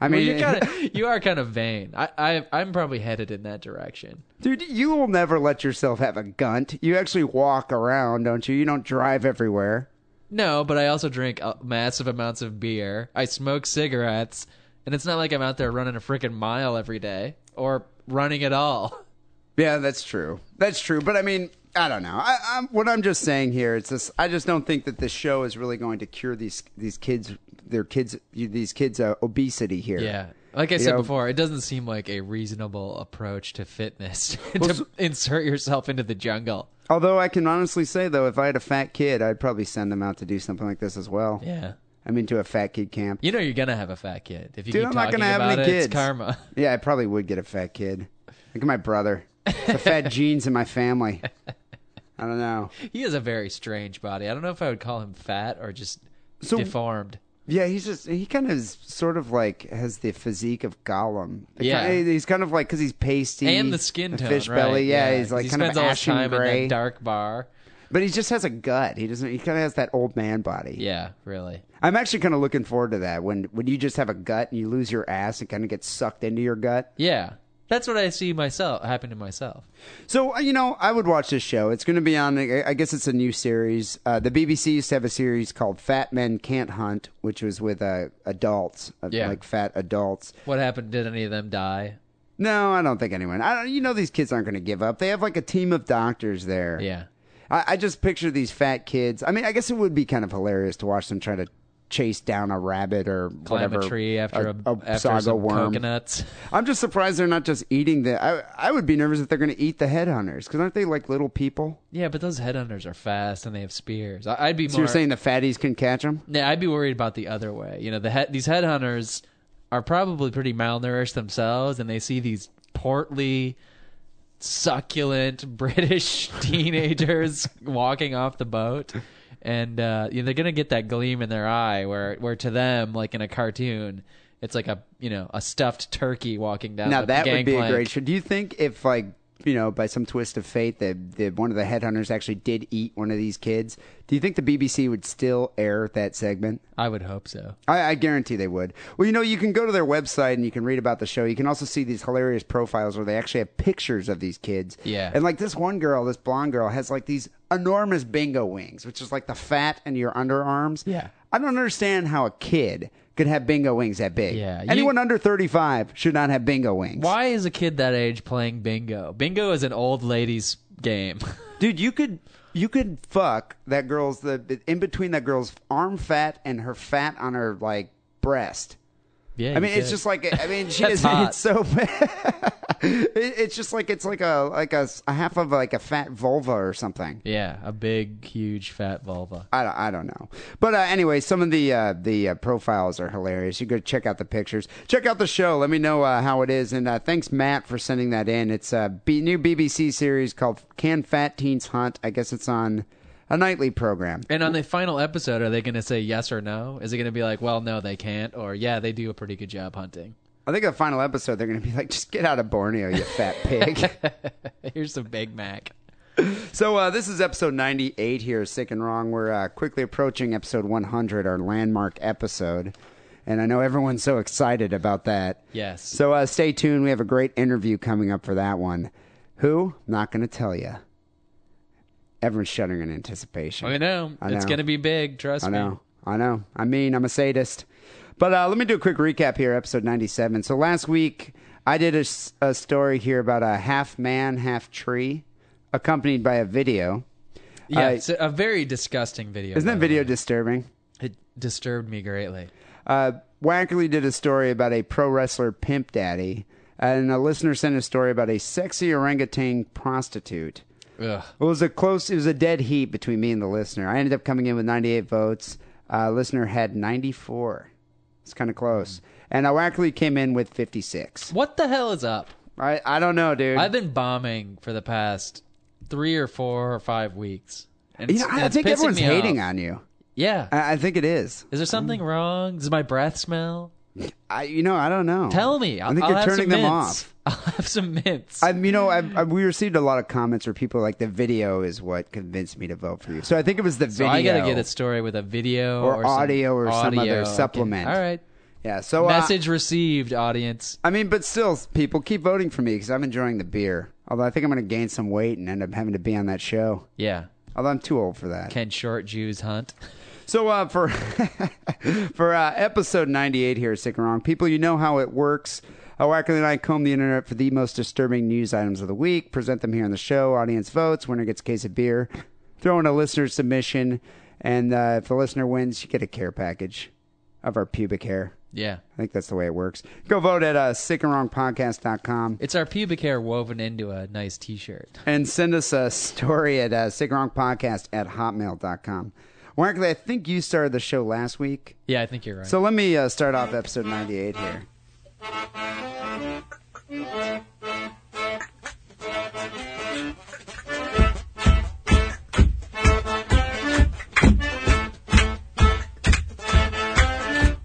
Speaker 3: I
Speaker 2: mean,
Speaker 3: mean, you're kind of you are kind of vain. I, I I'm probably headed in that direction.
Speaker 2: dude, you will never let yourself have a gunt. You actually walk around, don't you? You don't drive everywhere.
Speaker 3: No, but I also drink uh, massive amounts of beer. I smoke cigarettes, and it's not like I'm out there running a freaking mile every day or running at all.
Speaker 2: Yeah, that's true. That's true. But I mean, I don't know. I, I'm, what I'm just saying here, it's this. I just don't think that this show is really going to cure these these kids, their kids, these kids' uh, obesity here.
Speaker 3: Yeah. Like I said
Speaker 2: know-
Speaker 3: before, it doesn't seem like a reasonable approach to fitness to
Speaker 2: Well, so-
Speaker 3: insert yourself into the jungle.
Speaker 2: Although I can honestly say though, if I had a fat kid, I'd probably send them out to do something like this as well.
Speaker 3: Yeah.
Speaker 2: I'm into a fat kid camp.
Speaker 3: You know you're gonna have a fat kid if you
Speaker 2: Dude,
Speaker 3: keep
Speaker 2: I'm not
Speaker 3: talking
Speaker 2: gonna have
Speaker 3: about
Speaker 2: any
Speaker 3: it.
Speaker 2: kids.
Speaker 3: It's karma.
Speaker 2: Yeah, I probably would get a fat kid. Look at my brother. The fat genes in my family. I don't know.
Speaker 3: He has a very strange body. I don't know if I would call him fat or just
Speaker 2: So-
Speaker 3: deformed.
Speaker 2: Yeah, he's just he kind of is sort of like has the physique of Gollum. The
Speaker 3: Yeah.
Speaker 2: kind- he's kind of like because he's pasty
Speaker 3: And the skin tone,
Speaker 2: fish
Speaker 3: right?
Speaker 2: belly. Yeah, he's
Speaker 3: 'cause
Speaker 2: like
Speaker 3: he
Speaker 2: kind
Speaker 3: spends
Speaker 2: of
Speaker 3: all his
Speaker 2: ashen
Speaker 3: time
Speaker 2: gray,
Speaker 3: in that dark bar.
Speaker 2: but he just has a gut. He doesn't. He kind of has that old man body.
Speaker 3: Yeah, really.
Speaker 2: I'm actually kind of looking forward to that when when you just have a gut and you lose your ass and kind of get sucked into your gut.
Speaker 3: Yeah, that's what I see myself happen to myself.
Speaker 2: So uh, you know, I would watch this show. It's going to be on. I I guess it's a new series. Uh, the BBC used to have a series called "Fat Men Can't Hunt," which was with uh, adults, uh,
Speaker 3: Yeah.
Speaker 2: like fat adults.
Speaker 3: What happened? Did any of them die?
Speaker 2: No, I don't think anyone. I don't, you know, these kids aren't going to give up. They have like a team of doctors there.
Speaker 3: Yeah.
Speaker 2: I, I just picture these fat kids. I mean, I guess it would be kind of hilarious to watch them try to chase down a rabbit or
Speaker 3: Climb
Speaker 2: whatever,
Speaker 3: a tree after a, after
Speaker 2: saga
Speaker 3: some
Speaker 2: worm.
Speaker 3: coconuts.
Speaker 2: I'm just surprised they're not just eating the. I, I would be nervous if they're going to eat the headhunters because aren't they like little people?
Speaker 3: Yeah, but those headhunters are fast and they have spears. I- I'd be
Speaker 2: So
Speaker 3: more.
Speaker 2: you're saying the fatties can catch them?
Speaker 3: Yeah, I'd be worried about the other way. You know, the head, these headhunters are probably pretty malnourished themselves, and they see these portly, succulent British teenagers walking off the boat, and uh, you know, they're gonna get that gleam in their eye where, where to them, like in a cartoon, it's like a you know a stuffed turkey walking down.
Speaker 2: Now
Speaker 3: the
Speaker 2: that would be a
Speaker 3: gangplank.
Speaker 2: great show. Do you think if like you know by some twist of fate that the, one of the headhunters actually did eat one of these kids? Do you think the BBC would still air that segment?
Speaker 3: I would hope so.
Speaker 2: I, I guarantee they would. Well, you know, you can go to their website and you can read about the show. You can also see these hilarious profiles where they actually have pictures of these kids.
Speaker 3: Yeah.
Speaker 2: And like this one girl, this blonde girl, has like these enormous bingo wings, which is like the fat in your underarms.
Speaker 3: Yeah.
Speaker 2: I don't understand how a kid could have bingo wings that big.
Speaker 3: Yeah, you-
Speaker 2: Anyone under 35 should not have bingo wings.
Speaker 3: Why is a kid that age playing bingo? Bingo is an old lady's game.
Speaker 2: Dude, you could. You could fuck that girl's the in between that girl's arm fat and her fat on her like breast.
Speaker 3: yeah,
Speaker 2: I
Speaker 3: you
Speaker 2: mean, it's
Speaker 3: could.
Speaker 2: just like I mean, she
Speaker 3: That's
Speaker 2: is.
Speaker 3: hot.
Speaker 2: It's so. it, it's just like it's like a like a, s- a half of like a fat vulva or something.
Speaker 3: Yeah, a big, huge, fat vulva.
Speaker 2: I don't, I don't know, but uh, anyway, some of the uh, the uh, profiles are hilarious. You go check out the pictures, check out the show. Let me know uh, how it is, and uh, thanks Matt for sending that in. It's a B- new BBC series called "Can Fat Teens Hunt." I guess it's on a nightly program.
Speaker 3: And on the final episode, are they going to say yes or no? Is it going to be like, well, no, they can't, or yeah, they do a pretty good job hunting?
Speaker 2: I think the final episode they're going to be like, "Just get out of Borneo, you fat pig."
Speaker 3: Here's the Big Mac.
Speaker 2: So uh, this is episode 98 here, Sick and Wrong. We're uh, quickly approaching episode 100, our landmark episode. And I know everyone's so excited about that.
Speaker 3: Yes.
Speaker 2: So uh, stay tuned. We have a great interview coming up for that one. Who? Not going to tell you. Everyone's shuddering in anticipation.
Speaker 3: I know.
Speaker 2: I
Speaker 3: It's
Speaker 2: know.
Speaker 3: going to be big. Trust
Speaker 2: I
Speaker 3: me.
Speaker 2: know. I know. I mean, I'm a sadist. But uh, let me do a quick recap here, episode 97. So last week, I did a, s- a story here about a half man, half tree, accompanied by a video.
Speaker 3: Yeah.
Speaker 2: I-
Speaker 3: it's a, a very disgusting video.
Speaker 2: Isn't
Speaker 3: by
Speaker 2: that
Speaker 3: the
Speaker 2: video
Speaker 3: way.
Speaker 2: disturbing?
Speaker 3: It disturbed me greatly.
Speaker 2: Uh, Wackerly did a story about a pro wrestler pimp daddy, and a listener sent a story about a sexy orangutan prostitute.
Speaker 3: Ugh.
Speaker 2: It was a close. It was a dead heat between me and the listener. I ended up coming in with 98 votes. Uh, listener had 94. It's kind of close.
Speaker 3: Mm-hmm.
Speaker 2: And I Wackerly came in with 56.
Speaker 3: What the hell is up?
Speaker 2: I I don't know, dude.
Speaker 3: I've been bombing for the past three or four or five weeks. And
Speaker 2: you
Speaker 3: it's-
Speaker 2: know, I
Speaker 3: and
Speaker 2: I
Speaker 3: it's
Speaker 2: think
Speaker 3: pissing
Speaker 2: everyone's
Speaker 3: me
Speaker 2: hating
Speaker 3: off.
Speaker 2: on you.
Speaker 3: Yeah.
Speaker 2: I, Mm. I think it is.
Speaker 3: Is there something wrong? Does my breath smell?
Speaker 2: I you know I don't know.
Speaker 3: Tell me.
Speaker 2: I
Speaker 3: I'll,
Speaker 2: think
Speaker 3: I'll
Speaker 2: you're
Speaker 3: have
Speaker 2: turning
Speaker 3: some
Speaker 2: them
Speaker 3: mints.
Speaker 2: off.
Speaker 3: I'll have some mints.
Speaker 2: I, you know, I, I, we received a lot of comments where people like the video is what convinced me to vote for you. So I think it was the
Speaker 3: so
Speaker 2: video.
Speaker 3: I gotta get a story with a video
Speaker 2: Or
Speaker 3: or, some
Speaker 2: audio or some
Speaker 3: audio.
Speaker 2: other
Speaker 3: Okay.
Speaker 2: supplement.
Speaker 3: All right.
Speaker 2: Yeah. So uh,
Speaker 3: Message received, audience.
Speaker 2: I mean, but still, people keep voting for me because I'm enjoying the beer. Although I think I'm going to gain some weight and end up having to be on that show.
Speaker 3: Yeah.
Speaker 2: Although I'm too old for that.
Speaker 3: Can short Jews hunt?
Speaker 2: So uh, for for uh, episode 98 here, at Sick and Wrong people, you know how it works. Uh, Wackerly and I comb the internet for the most disturbing news items of the week, present them here on the show. Audience votes, winner gets a case of beer, throw in a listener submission, and uh, if the listener wins, you get a care package of our pubic hair.
Speaker 3: Yeah.
Speaker 2: I think that's the way it works. Go vote at uh, sickandwrongpodcast.com
Speaker 3: It's our pubic hair woven into a nice t-shirt.
Speaker 2: and send us a story at uh, sickandwrongpodcast at hotmail.com. Wackerly, I think you started the show last week.
Speaker 3: Yeah, I think you're right.
Speaker 2: So let me uh, start off episode 98 here.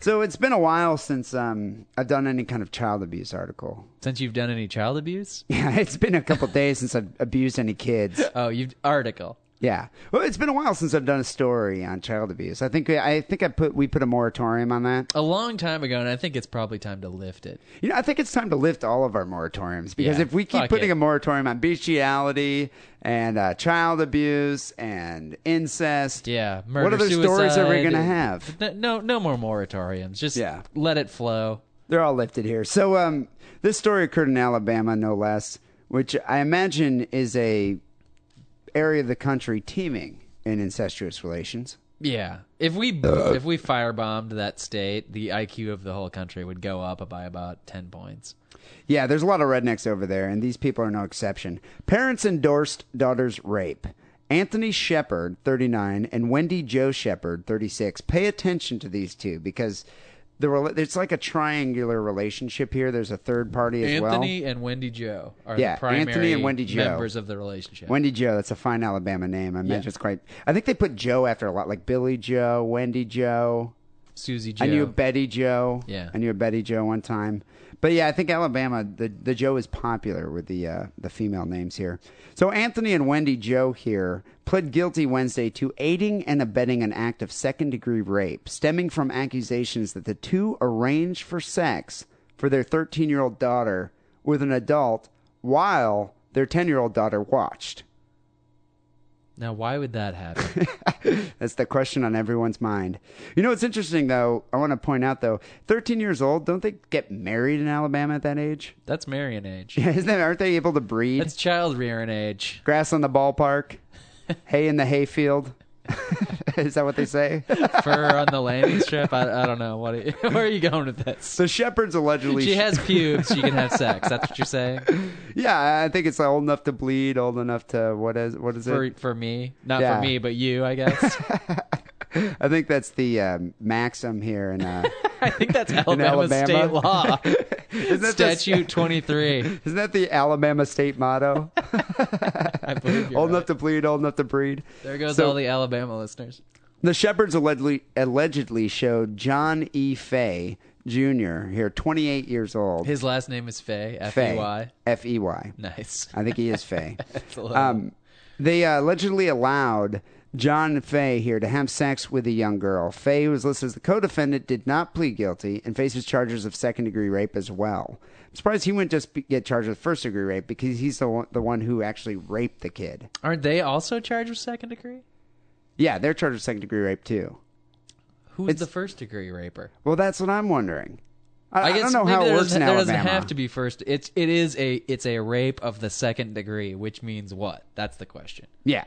Speaker 2: So it's been a while since um, I've done any kind of child abuse article.
Speaker 3: Since you've done any child abuse?
Speaker 2: Yeah, it's been a couple days since I've abused any kids.
Speaker 3: Oh, you've article.
Speaker 2: Yeah, well, it's been a while since I've done a story on child abuse. I think I think I put we put a moratorium on that.
Speaker 3: A long time ago, and I think it's probably time to lift it.
Speaker 2: You know, I think it's time to lift all of our moratoriums because
Speaker 3: Yeah,
Speaker 2: if we keep
Speaker 3: fuck
Speaker 2: putting
Speaker 3: it.
Speaker 2: a moratorium on bestiality and uh, child abuse and incest,
Speaker 3: Yeah, murder.
Speaker 2: what other stories are we
Speaker 3: suicide,
Speaker 2: going to
Speaker 3: and-
Speaker 2: have?
Speaker 3: No, no, no more moratoriums. Just
Speaker 2: Yeah.
Speaker 3: let it flow.
Speaker 2: They're all lifted here. So, um, this story occurred in Alabama, no less, which I imagine is a area of the country teeming in incestuous relations.
Speaker 3: Yeah, if we
Speaker 2: Uh,
Speaker 3: if we firebombed that state, the IQ of the whole country would go up by about ten points.
Speaker 2: Yeah, there's a lot of rednecks over there, and these people are no exception. Parents endorsed daughter's rape. Anthony Shepard, 39, and Wendy Joe Shepard, 36. Pay attention to these two because the rela- it's like a triangular relationship here. There's a third party as well.
Speaker 3: Anthony and Wendy Joe are
Speaker 2: Yeah,
Speaker 3: the primary
Speaker 2: Anthony and Wendy Jo.
Speaker 3: members of the relationship.
Speaker 2: Wendy Joe, that's a fine Alabama name. I imagine it's quite. I think they put Joe after a lot, like Billy Joe, Wendy Joe.
Speaker 3: Susie Joe.
Speaker 2: I knew a Betty Joe.
Speaker 3: Yeah.
Speaker 2: I knew a Betty Joe one time. But yeah, I think Alabama, the, the Joe is popular with the uh, the female names here. So Anthony and Wendy Joe here pled guilty Wednesday to aiding and abetting an act of second degree rape, stemming from accusations that the two arranged for sex for their 13 year old daughter with an adult while their 10 year old daughter watched.
Speaker 3: now, why would that happen?
Speaker 2: That's the question on everyone's mind. You know, it's interesting though. I want to point out though, 13 years old, don't they get married in Alabama at that age?
Speaker 3: That's marrying age.
Speaker 2: Isn't that, aren't they able to breed?
Speaker 3: That's child rearing age.
Speaker 2: Grass on the ballpark, hay in the hayfield. Is that what they say?
Speaker 3: Fur on the landing strip. I, I don't know. What? Are you, where are you going with this?
Speaker 2: So shepherds allegedly.
Speaker 3: She has pubes. She can have sex. That's what you're saying
Speaker 2: Yeah, I think it's old enough to bleed, old enough to what is what is
Speaker 3: for
Speaker 2: it?
Speaker 3: for me, not
Speaker 2: Yeah.
Speaker 3: for me, but you, I guess.
Speaker 2: I think that's the um, maxim here, and uh,
Speaker 3: I think that's Alabama,
Speaker 2: Alabama?
Speaker 3: state law.
Speaker 2: isn't that the-
Speaker 3: Statute 23.
Speaker 2: isn't that the Alabama state motto?
Speaker 3: I believe you're
Speaker 2: old
Speaker 3: right.
Speaker 2: enough to bleed, old enough to breed.
Speaker 3: There goes
Speaker 2: So-
Speaker 3: all the Alabama listeners.
Speaker 2: The Shepherds allegedly, allegedly showed John E. Fay Jr., here, 28 years old.
Speaker 3: His last name is Fay. F
Speaker 2: Fay.
Speaker 3: E Y.
Speaker 2: F E Y.
Speaker 3: Nice.
Speaker 2: I think he is Fay.
Speaker 3: That's a little-
Speaker 2: um, They uh, allegedly allowed John and Faye here to have sex with a young girl. Faye, who was listed as the co defendant, did not plead guilty and faces charges of second degree rape as well. I'm surprised he wouldn't just be- get charged with first degree rape because he's the one, the one who actually raped the kid.
Speaker 3: Aren't they also charged with second degree?
Speaker 2: Yeah, they're charged with second degree rape too.
Speaker 3: Who's the first degree raper?
Speaker 2: Well, that's what I'm wondering. I, I
Speaker 3: guess
Speaker 2: don't know
Speaker 3: maybe
Speaker 2: how it
Speaker 3: there
Speaker 2: works
Speaker 3: doesn't,
Speaker 2: in
Speaker 3: there
Speaker 2: Alabama.
Speaker 3: doesn't have to be first. It's it is a it's a rape of the second degree, which means what? That's the question.
Speaker 2: Yeah.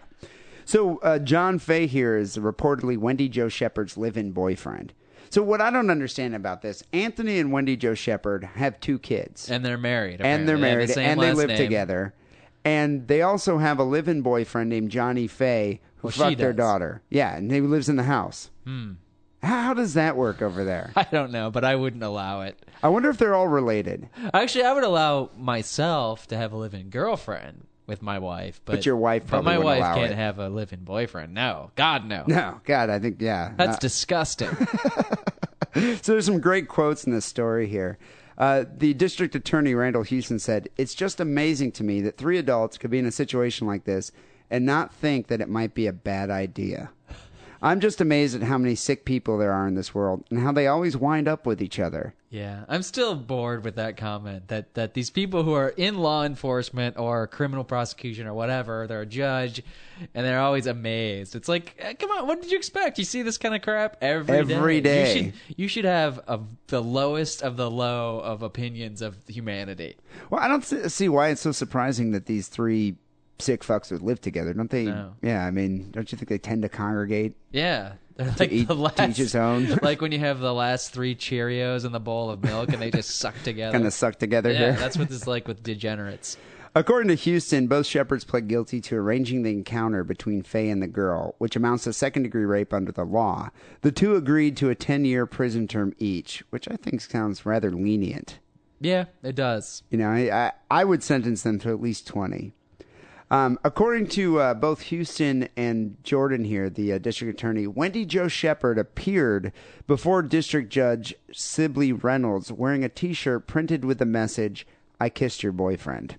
Speaker 2: So uh, John Fay here is reportedly Wendy Joe Shepherd's live-in boyfriend. So what I don't understand about this, Anthony and Wendy Joe Shepherd have two kids,
Speaker 3: And they're married.
Speaker 2: and they're
Speaker 3: apparently.
Speaker 2: married,
Speaker 3: They have the same
Speaker 2: and they
Speaker 3: last
Speaker 2: live
Speaker 3: name.
Speaker 2: together, and they also have a live-in boyfriend named Johnny Fay who
Speaker 3: Well, she
Speaker 2: fucked their
Speaker 3: does.
Speaker 2: daughter. Yeah, and he lives in the house. Hmm. How, how does that work over there?
Speaker 3: I don't know, but I wouldn't allow it.
Speaker 2: I wonder if they're all related.
Speaker 3: Actually, I would allow myself to have a live-in girlfriend with my wife, but,
Speaker 2: But your wife
Speaker 3: but
Speaker 2: probably
Speaker 3: my
Speaker 2: wouldn't
Speaker 3: wife
Speaker 2: allow
Speaker 3: can't
Speaker 2: it.
Speaker 3: have a live-in boyfriend. No, God, no.
Speaker 2: No, God, I think yeah.
Speaker 3: That's disgusting.
Speaker 2: So there's some great quotes in this story here. Uh, the district attorney Randall Houston said, "It's just amazing to me that three adults could be in a situation like this and not think that it might be a bad idea. I'm just amazed at how many sick people there are in this world and how they always wind up with each other.
Speaker 3: yeah, I'm still bored with that comment that that these people who are in law enforcement or criminal prosecution or whatever, they're a judge, and they're always amazed. It's like, eh, come on, what did you expect? You see this kind of crap every day.
Speaker 2: Every day.
Speaker 3: You should you should have a, the lowest of the low of opinions of humanity.
Speaker 2: Well, I don't s- see why it's so surprising that these three sick fucks would live together. Don't they?
Speaker 3: No.
Speaker 2: Yeah, I mean, don't you think they tend to congregate?
Speaker 3: Yeah. They're like
Speaker 2: each-
Speaker 3: the
Speaker 2: to
Speaker 3: last,
Speaker 2: each his own.
Speaker 3: like when you have the last three Cheerios in the bowl of milk and they just suck together.
Speaker 2: Kind of suck together
Speaker 3: Uh, yeah,
Speaker 2: here.
Speaker 3: that's what it's like with degenerates.
Speaker 2: According to Houston, both Shepherds pled guilty to arranging the encounter between Faye and the girl, which amounts to second degree rape under the law. The two agreed to a 10 year prison term each, which I think sounds rather lenient.
Speaker 3: Yeah, it does.
Speaker 2: You know, I, I, I would sentence them to at least 20. Um, according to uh, both Houston and Jordan here, the uh, district attorney, Wendy Jo Shepard appeared before District Judge Sibley Reynolds wearing a t shirt printed with the message, I kissed your boyfriend.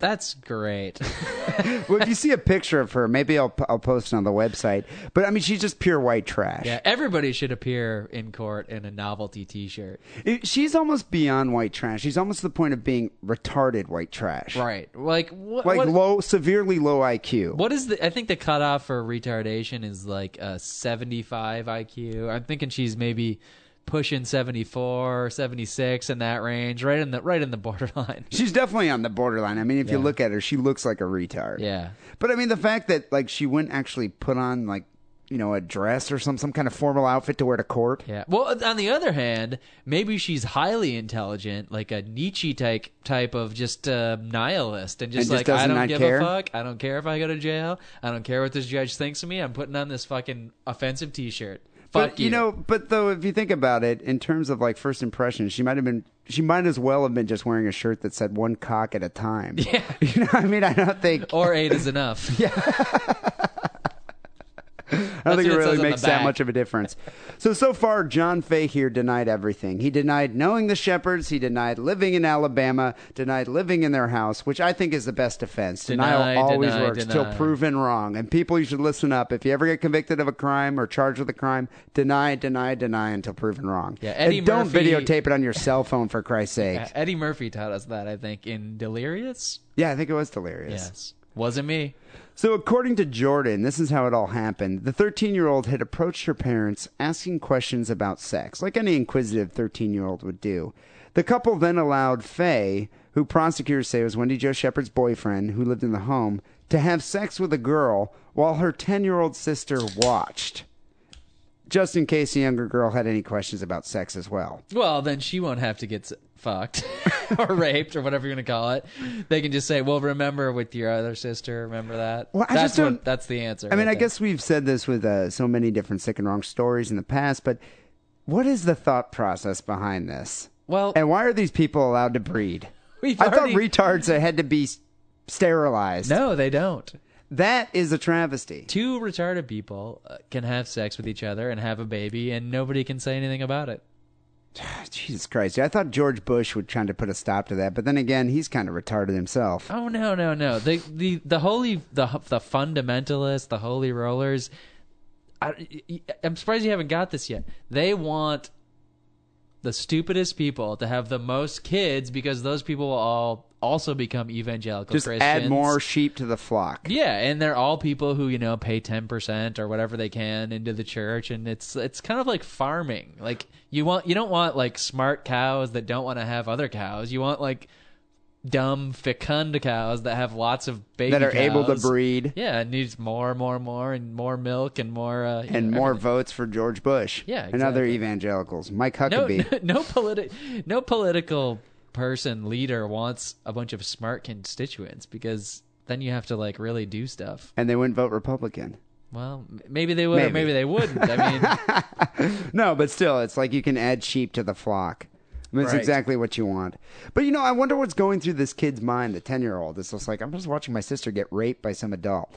Speaker 3: That's great.
Speaker 2: well, if you see a picture of her, maybe I'll I'll post it on the website. But I mean, she's just pure white trash.
Speaker 3: yeah, everybody should appear in court in a novelty T-shirt.
Speaker 2: It- she's almost beyond white trash. She's almost to the point of being retarded white trash.
Speaker 3: Right. Like what?
Speaker 2: Like
Speaker 3: what,
Speaker 2: low, severely low IQ.
Speaker 3: what is the? I think the cutoff for retardation is like a 75 IQ. I'm thinking she's maybe pushing 74, 76 in that range, right in the right in the borderline.
Speaker 2: She's definitely on the borderline. I mean, if you look at her, she looks like a retard.
Speaker 3: Yeah.
Speaker 2: But I mean, the fact that like she wouldn't actually put on like you know a dress or some some kind of formal outfit to wear to court.
Speaker 3: Yeah. Well, uh, on the other hand, maybe she's highly intelligent, like a Nietzsche type type of just uh, nihilist, and just
Speaker 2: And just
Speaker 3: like I
Speaker 2: doesn't
Speaker 3: don't
Speaker 2: not
Speaker 3: give
Speaker 2: care?
Speaker 3: a fuck. I don't care if I go to jail. I don't care what this judge thinks of me. I'm putting on this fucking offensive T-shirt. Fuck
Speaker 2: But you know, but though if you think about it, in terms of like first impressions, she might have been, she might as well have been just wearing a shirt that said one cock at a time. Yeah, you know, what I mean, I don't think,
Speaker 3: Or eight is enough. yeah.
Speaker 2: I don't think
Speaker 3: what
Speaker 2: it
Speaker 3: it says
Speaker 2: really
Speaker 3: on the
Speaker 2: makes that
Speaker 3: back.
Speaker 2: much of a difference. so so far, John Fay here denied everything. He denied knowing the Shepherds. He denied living in Alabama. Denied living in their house, which I think is the best defense. Denial
Speaker 3: Deny,
Speaker 2: always
Speaker 3: deny,
Speaker 2: works
Speaker 3: deny.
Speaker 2: till proven wrong. And people, you should listen up. If you ever get convicted of a crime or charged with a crime, deny, deny, deny until proven wrong.
Speaker 3: Yeah, Eddie
Speaker 2: and don't
Speaker 3: Murphy-
Speaker 2: videotape it on your cell phone for Christ's sake.
Speaker 3: Eddie Murphy taught us that. I think in Delirious.
Speaker 2: Yeah, I think it was delirious.
Speaker 3: Yes. Wasn't me.
Speaker 2: So, according to Jordan, this is how it all happened. The 13 year old had approached her parents asking questions about sex, like any inquisitive 13 year old would do. The couple then allowed Faye, who prosecutors say was Wendy Jo Shepherd's boyfriend who lived in the home, to have sex with a girl while her 10 year old sister watched. Just in case the younger girl had any questions about sex as well.
Speaker 3: Well, then she won't have to get s- fucked or raped or whatever you're gonna call it. They can just say, "Well, remember with your other sister. Remember that."
Speaker 2: Well, I
Speaker 3: that's
Speaker 2: just don't-
Speaker 3: What, that's the answer.
Speaker 2: I mean,
Speaker 3: right
Speaker 2: I
Speaker 3: there.
Speaker 2: guess we've said this with uh, so many different sick and wrong stories in the past, but what is the thought process behind this?
Speaker 3: Well,
Speaker 2: And why are these people allowed to breed?
Speaker 3: We've
Speaker 2: I thought
Speaker 3: already-
Speaker 2: retards that had to be s- sterilized.
Speaker 3: no, they don't.
Speaker 2: That is a travesty.
Speaker 3: Two retarded people uh, can have sex with each other and have a baby, and nobody can say anything about it.
Speaker 2: Jesus Christ. I thought George Bush would try to put a stop to that, but then again, he's kind of retarded himself.
Speaker 3: Oh no, no, no. The the the holy the the fundamentalists, the holy rollers. I, I'm surprised you haven't got this yet. They want the stupidest people to have the most kids because those people will all also become evangelical
Speaker 2: Just
Speaker 3: Christians.
Speaker 2: add more sheep to the flock.
Speaker 3: Yeah, and they're all people who you know pay ten percent or whatever they can into the church, and it's it's kind of like farming. Like you want you don't want like smart cows that don't want to have other cows. You want like dumb fecund cows that have lots of baby
Speaker 2: That are able to
Speaker 3: cows.
Speaker 2: breed.
Speaker 3: Yeah, it needs more, more, more, and more milk and more uh, you
Speaker 2: And
Speaker 3: know,
Speaker 2: more
Speaker 3: everything.
Speaker 2: votes for George Bush
Speaker 3: Yeah,
Speaker 2: and other
Speaker 3: exactly.
Speaker 2: evangelicals. Mike
Speaker 3: No,
Speaker 2: Huckabee.
Speaker 3: no politi- no political person leader wants a bunch of smart constituents because then you have to like really do stuff.
Speaker 2: And they wouldn't vote Republican.
Speaker 3: Well, m- maybe they would, or
Speaker 2: Maybe.
Speaker 3: maybe they wouldn't. I mean,
Speaker 2: No, but still, it's like you can add sheep to the flock. I mean, It's
Speaker 3: Right.
Speaker 2: exactly what you want. But you know, I wonder what's going through this kid's mind, the 10 year old. It's just like, I'm just watching my sister get raped by some adult.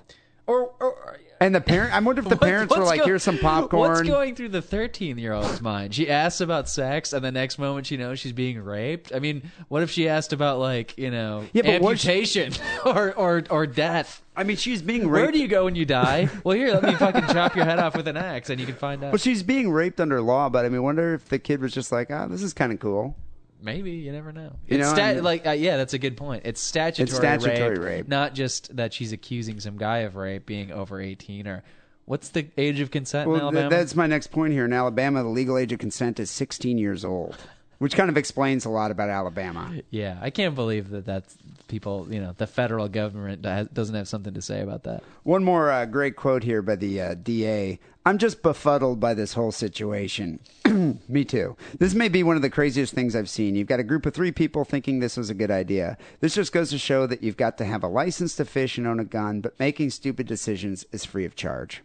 Speaker 3: or, or
Speaker 2: And the parent, I wonder if the
Speaker 3: what-
Speaker 2: parents were
Speaker 3: what's
Speaker 2: like,
Speaker 3: go-
Speaker 2: here's some popcorn.
Speaker 3: What's going through the thirteen-year-old's mind? She asks about sex, and the next moment she knows she's being raped. I mean, what if she asked about like you know
Speaker 2: Yeah, but what-
Speaker 3: amputation or or or death?
Speaker 2: I mean, she's being raped.
Speaker 3: Where do you go when you die? Well, here, let me fucking chop your head off with an axe, and you can find out.
Speaker 2: well, she's being raped under law, but I mean, wonder if the kid was just like, oh, this is kind of cool.
Speaker 3: Maybe you never know.
Speaker 2: You
Speaker 3: it's
Speaker 2: know,
Speaker 3: sta-
Speaker 2: I mean-
Speaker 3: like uh, yeah, that's a good point. It's statutory,
Speaker 2: statutory
Speaker 3: rape,
Speaker 2: rape.
Speaker 3: not just that she's accusing some guy of rape, being over eighteen or what's the age of consent in
Speaker 2: Well, th-
Speaker 3: Alabama?
Speaker 2: that's my next point here. In Alabama, the legal age of consent is 16 years old, which kind of explains a lot about Alabama.
Speaker 3: yeah, I can't believe that that's people. You know, the federal government has- doesn't have something to say about that.
Speaker 2: One more uh, great quote here by the uh, DA. I'm just befuddled by this whole situation. Me too. This may be one of the craziest things I've seen. You've got a group of three people thinking this was a good idea. This just goes to show that you've got to have a license to fish and own a gun, but making stupid decisions is free of charge.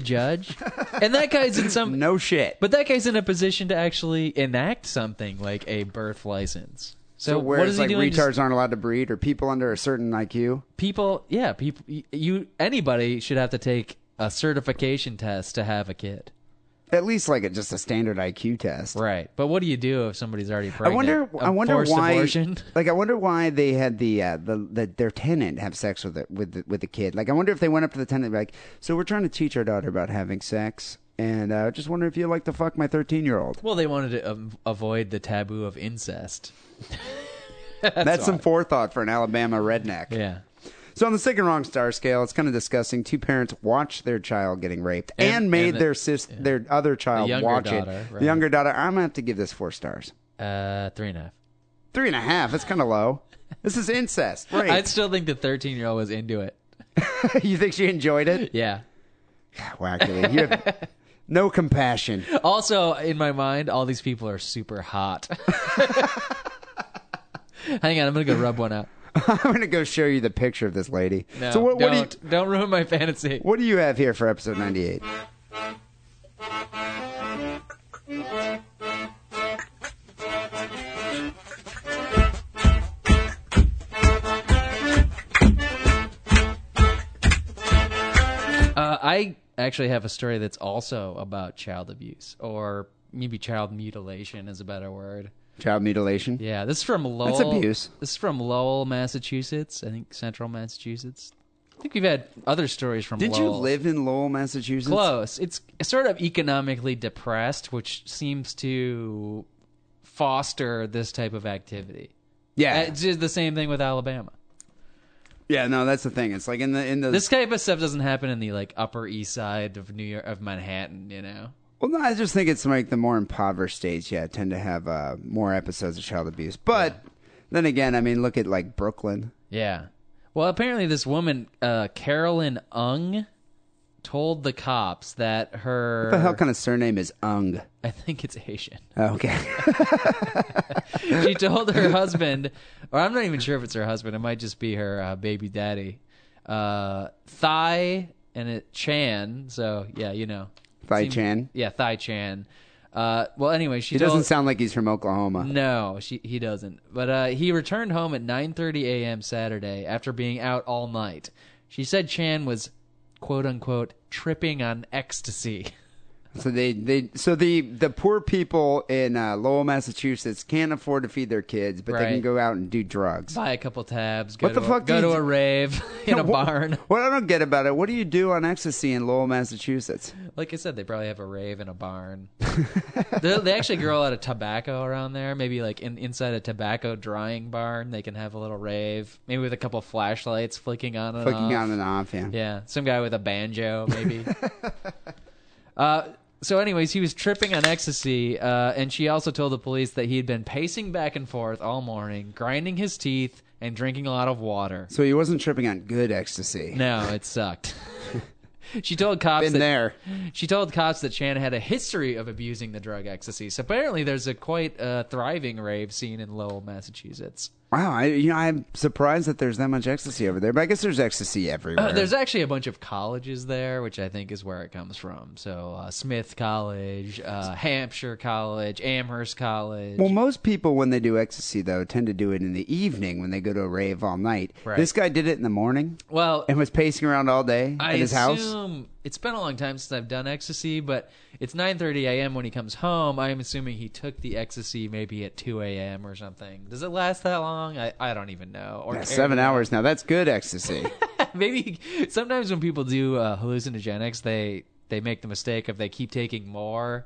Speaker 3: judge. and that guy's in some.
Speaker 2: No shit.
Speaker 3: But that guy's in a position to actually enact something like a birth license. So,
Speaker 2: so
Speaker 3: what
Speaker 2: whereas
Speaker 3: is he
Speaker 2: like
Speaker 3: doing?
Speaker 2: retards
Speaker 3: Just-
Speaker 2: aren't allowed to breed or people under a certain IQ,
Speaker 3: people yeah people y- you anybody should have to take a certification test to have a kid
Speaker 2: at least like a, just a standard IQ test.
Speaker 3: right but what do you do if somebody's already
Speaker 2: I
Speaker 3: pregnant
Speaker 2: wonder.
Speaker 3: A
Speaker 2: I wonder
Speaker 3: forced
Speaker 2: why.
Speaker 3: abortion
Speaker 2: Like, I wonder why they had the uh, the, the their tenant have sex with it with the, with the kid. Like, I wonder if they went up to the tenant and be like, "So we're trying to teach our daughter about having sex, and uh, just wonder if you would like to fuck my thirteen year old."
Speaker 3: well they wanted to um, avoid the taboo of incest
Speaker 2: That's, some forethought for an Alabama redneck.
Speaker 3: yeah
Speaker 2: So on the sick and wrong star scale, it's kind of disgusting. Two parents watched their child getting raped and,
Speaker 3: And-
Speaker 2: made
Speaker 3: and the-
Speaker 2: their sis their other child
Speaker 3: younger
Speaker 2: watch
Speaker 3: daughter,
Speaker 2: it.
Speaker 3: right.
Speaker 2: The younger daughter, I'm gonna have to give this four stars.
Speaker 3: uh three and a half
Speaker 2: Three and a half. That's kind of low. This is incest. Right?
Speaker 3: i still think the 13 year old was into it
Speaker 2: you think she enjoyed it?
Speaker 3: yeah
Speaker 2: Wackily. You have no compassion.
Speaker 3: also in my mind all these people are super hot hang on i'm gonna go rub one out
Speaker 2: I'm going to go show you the picture of this lady.
Speaker 3: no,
Speaker 2: so what, what do you
Speaker 3: don't, don't ruin my fantasy
Speaker 2: what do you have here for episode 98?
Speaker 3: Uh, I actually have a story that's also about child abuse, or maybe child mutilation is a better word.
Speaker 2: Child mutilation.
Speaker 3: Yeah, this is from Lowell.
Speaker 2: That's abuse.
Speaker 3: This is from Lowell, Massachusetts. I think central Massachusetts. I think we've had other stories from.
Speaker 2: Did you
Speaker 3: Lowell.
Speaker 2: live in Lowell, Massachusetts?
Speaker 3: close? It's sort of economically depressed, which seems to foster this type of activity.
Speaker 2: Yeah.
Speaker 3: It's just the same thing with Alabama.
Speaker 2: yeah, no, that's the thing. It's like in the in the
Speaker 3: This type of stuff doesn't happen in the like Upper East Side of New York of Manhattan. You know.
Speaker 2: Well, no, I just think it's like the more impoverished states, yeah, tend to have uh, more episodes of child abuse. But then again, I mean, look at like Brooklyn.
Speaker 3: Yeah. Well, apparently this woman, uh, Carolyn Ung, told the cops that her
Speaker 2: What the hell kind of surname is Ung?
Speaker 3: I think it's Haitian.
Speaker 2: Okay.
Speaker 3: She told her husband, or I'm not even sure if it's her husband. It might just be her uh, baby daddy, uh, Thai and it Chan. So yeah, you know,
Speaker 2: Thai
Speaker 3: Seem-
Speaker 2: Chan?
Speaker 3: Yeah, Thai Chan. Uh, well, anyway, she
Speaker 2: He doesn't
Speaker 3: told-
Speaker 2: sound like he's from Oklahoma.
Speaker 3: No, she, he doesn't. But uh, he returned home at 9:30 a.m. Saturday after being out all night. She said Chan was "quote unquote" tripping on ecstasy.
Speaker 2: So they, they so the the poor people in uh, Lowell, Massachusetts can't afford to feed their kids, but they can
Speaker 3: Right.
Speaker 2: go out and do drugs.
Speaker 3: Buy a couple tabs. Go
Speaker 2: What the
Speaker 3: to
Speaker 2: fuck
Speaker 3: A,
Speaker 2: do you
Speaker 3: go to
Speaker 2: do-
Speaker 3: a rave in a
Speaker 2: What-
Speaker 3: barn.
Speaker 2: What I don't get about it, what do you do on ecstasy in Lowell, Massachusetts?
Speaker 3: Like I said, they probably have a rave in a barn. they, they actually grow a lot of tobacco around there. Maybe like in, inside a tobacco drying barn, they can have a little rave. Maybe with a couple flashlights flicking on and
Speaker 2: Clicking
Speaker 3: off.
Speaker 2: on and off, yeah.
Speaker 3: Uh, Yeah, some guy with a banjo, maybe. uh, so, anyways, he was tripping on ecstasy, uh, and she also told the police that he had been pacing back and forth all morning, grinding his teeth and drinking a lot of water.
Speaker 2: So he wasn't tripping on good ecstasy.
Speaker 3: No, it sucked. she told cops
Speaker 2: Been
Speaker 3: that
Speaker 2: there.
Speaker 3: she told cops that Chan had a history of abusing the drug ecstasy. So apparently, there's a quite uh, thriving rave scene in Lowell, Massachusetts.
Speaker 2: Wow, I, you know, I'm surprised that there's that much ecstasy over there, but I guess there's ecstasy everywhere.
Speaker 3: Uh, there's actually a bunch of colleges there, which I think is where it comes from. So uh, Smith College, uh, Hampshire College, Amherst College.
Speaker 2: well, most people when they do ecstasy though tend to do it in the evening when they go to a rave all night.
Speaker 3: Right.
Speaker 2: This guy did it in the morning
Speaker 3: Well,
Speaker 2: and was pacing around all day
Speaker 3: I
Speaker 2: at his house.
Speaker 3: assume it's been a long time since I've done ecstasy, but it's 9:30 a.m. when he comes home. I am assuming he took the ecstasy maybe at 2 a.m. or something. Does it last that long? I, I don't even know. Or
Speaker 2: Yeah,
Speaker 3: care
Speaker 2: seven
Speaker 3: to know.
Speaker 2: hours now. That's good ecstasy.
Speaker 3: maybe sometimes when people do uh, hallucinogenics, they they make the mistake of they keep taking more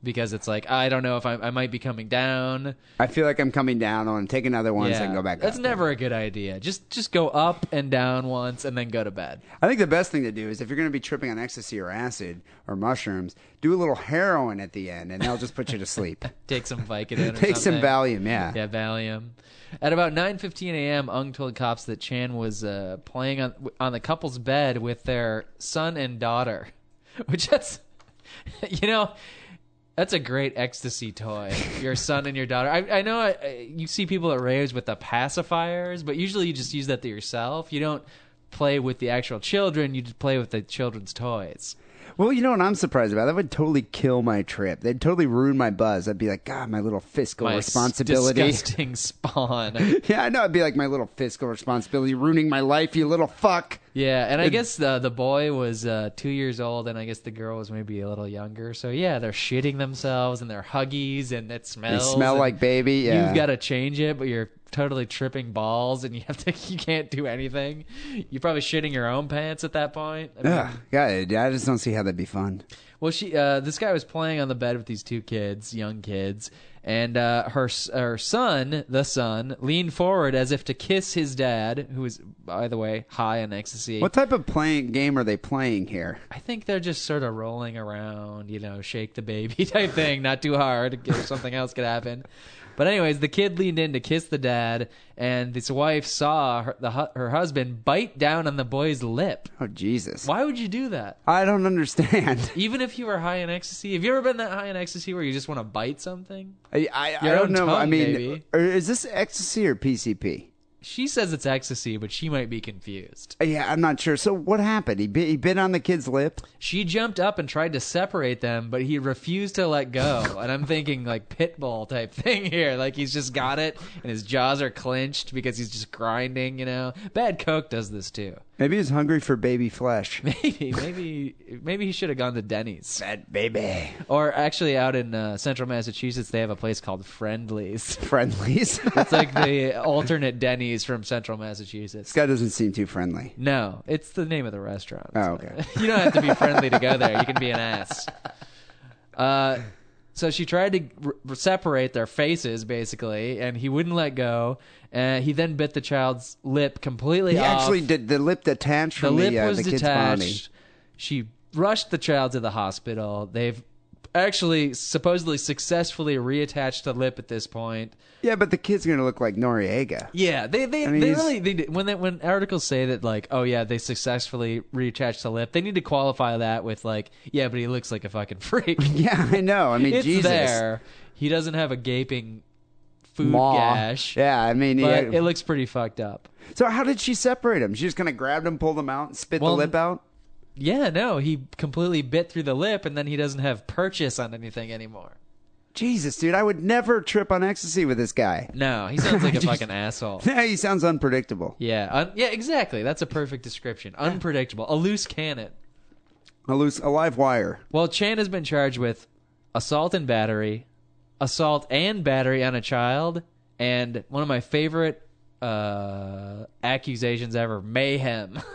Speaker 3: because it's like I don't know if I, I might be coming down.
Speaker 2: I feel like I'm coming down on take another one so I can go back
Speaker 3: That's
Speaker 2: up.
Speaker 3: never a good idea. Just just go up and down once and then go to bed.
Speaker 2: I think the best thing to do is if you're going to be tripping on ecstasy or acid or mushrooms, do a little heroin at the end, and that'll just put you to sleep.
Speaker 3: Take some Vicodin. Or
Speaker 2: Take some
Speaker 3: something.
Speaker 2: Valium, yeah.
Speaker 3: Yeah, Valium. At about 9:15 a.m., Ung told cops that Chan was uh, playing on on the couple's bed with their son and daughter, which that's you know that's a great ecstasy toy. Your son and your daughter. I, I know I, I- you see people at raves with the pacifiers, but usually you just use that to yourself. You don't play with the actual children. You just play with the children's toys.
Speaker 2: Well, you know what I'm surprised about? That would totally kill my trip. That'd totally ruin my buzz. I'd be like, God, my little fiscal
Speaker 3: My
Speaker 2: responsibility.
Speaker 3: Disgusting spawn.
Speaker 2: Yeah, I know. I'd be like, my little fiscal responsibility, ruining my life, you little fuck.
Speaker 3: Yeah, and I guess the the boy was uh, two years old, and I guess the girl was maybe a little younger. So yeah, they're shitting themselves, and they're huggies, and it
Speaker 2: They
Speaker 3: smells.
Speaker 2: smell
Speaker 3: and
Speaker 2: like baby. Yeah.
Speaker 3: You've got to change it, but you're totally tripping balls, and you have to. You can't do anything. You're probably shitting your own pants at that point. I mean,
Speaker 2: Ugh, God, I just don't see how that'd be fun.
Speaker 3: well, she uh, this guy was playing on the bed with these two kids, young kids, and uh, her s- her son, the son, leaned forward as if to kiss his dad, who was by the way high on ecstasy.
Speaker 2: What type of playing game are they playing here?
Speaker 3: I think they're just sort of rolling around, you know, shake the baby type thing, not too hard, if something else could happen. But anyways, the kid leaned in to kiss the dad, and his wife saw her, the, hu- her husband bite down on the boy's lip.
Speaker 2: Oh, Jesus.
Speaker 3: Why would you do that?
Speaker 2: I don't understand.
Speaker 3: Even if you were high in ecstasy, have you ever been that high in ecstasy where you just want to bite something?
Speaker 2: I, I, I
Speaker 3: Your
Speaker 2: don't
Speaker 3: own
Speaker 2: know. I
Speaker 3: tongue,
Speaker 2: mean,
Speaker 3: baby.
Speaker 2: or is this ecstasy or PCP?
Speaker 3: She says it's ecstasy, but she might be confused.
Speaker 2: Uh, Yeah, I'm not sure. So what happened? He bit, he bit on the kid's lip.
Speaker 3: She jumped up and tried to separate them, but he refused to let go. And I'm thinking like pit bull type thing here. Like he's just got it and his jaws are clenched because he's just grinding, you know. Bad Coke does this too.
Speaker 2: Maybe he's hungry for baby flesh.
Speaker 3: Maybe, maybe, maybe he should have gone to Denny's.
Speaker 2: That baby
Speaker 3: Or actually, out in uh, central Massachusetts, they have a place called Friendlies.
Speaker 2: friendlies.
Speaker 3: It's like the alternate Denny's from central Massachusetts.
Speaker 2: this guy doesn't seem too friendly.
Speaker 3: No, it's the name of the restaurant.
Speaker 2: Oh, okay.
Speaker 3: you don't have to be friendly to go there. You can be an ass. Uh, so she tried to r- separate their faces, basically, and he wouldn't let go. And he then bit the child's lip completely
Speaker 2: He
Speaker 3: off.
Speaker 2: actually did the lip detached
Speaker 3: the
Speaker 2: from
Speaker 3: lip
Speaker 2: the, uh,
Speaker 3: was
Speaker 2: the kid's body.
Speaker 3: detached. She rushed the child to the hospital. They've actually supposedly successfully reattached the lip at this point.
Speaker 2: Yeah, but the kid's gonna look like Noriega.
Speaker 3: Yeah, they they,
Speaker 2: mean,
Speaker 3: they
Speaker 2: he's-
Speaker 3: really they, when they, when articles say that like oh yeah they successfully reattached the lip they need to qualify that with like yeah but he looks like a fucking freak.
Speaker 2: Yeah, I know. I mean,
Speaker 3: it's
Speaker 2: Jesus.
Speaker 3: there. He doesn't have a gaping food
Speaker 2: Maw.
Speaker 3: gash.
Speaker 2: Yeah, I mean,
Speaker 3: But
Speaker 2: yeah.
Speaker 3: it looks pretty fucked up.
Speaker 2: so how did she separate him? She just kind of grabbed him, pulled him out, and spit
Speaker 3: Well,
Speaker 2: the lip out.
Speaker 3: Yeah, no, he completely bit through the lip, and then he doesn't have purchase on anything anymore.
Speaker 2: Jesus, dude, I would never trip on ecstasy with this guy.
Speaker 3: No, he sounds like a fucking asshole.
Speaker 2: Yeah, he sounds unpredictable.
Speaker 3: Yeah, un- yeah, exactly. That's a perfect description. Unpredictable, a loose cannon.
Speaker 2: A loose, a live wire.
Speaker 3: Well, Chan has been charged with assault and battery, assault and battery on a child, and one of my favorite uh, accusations ever mayhem.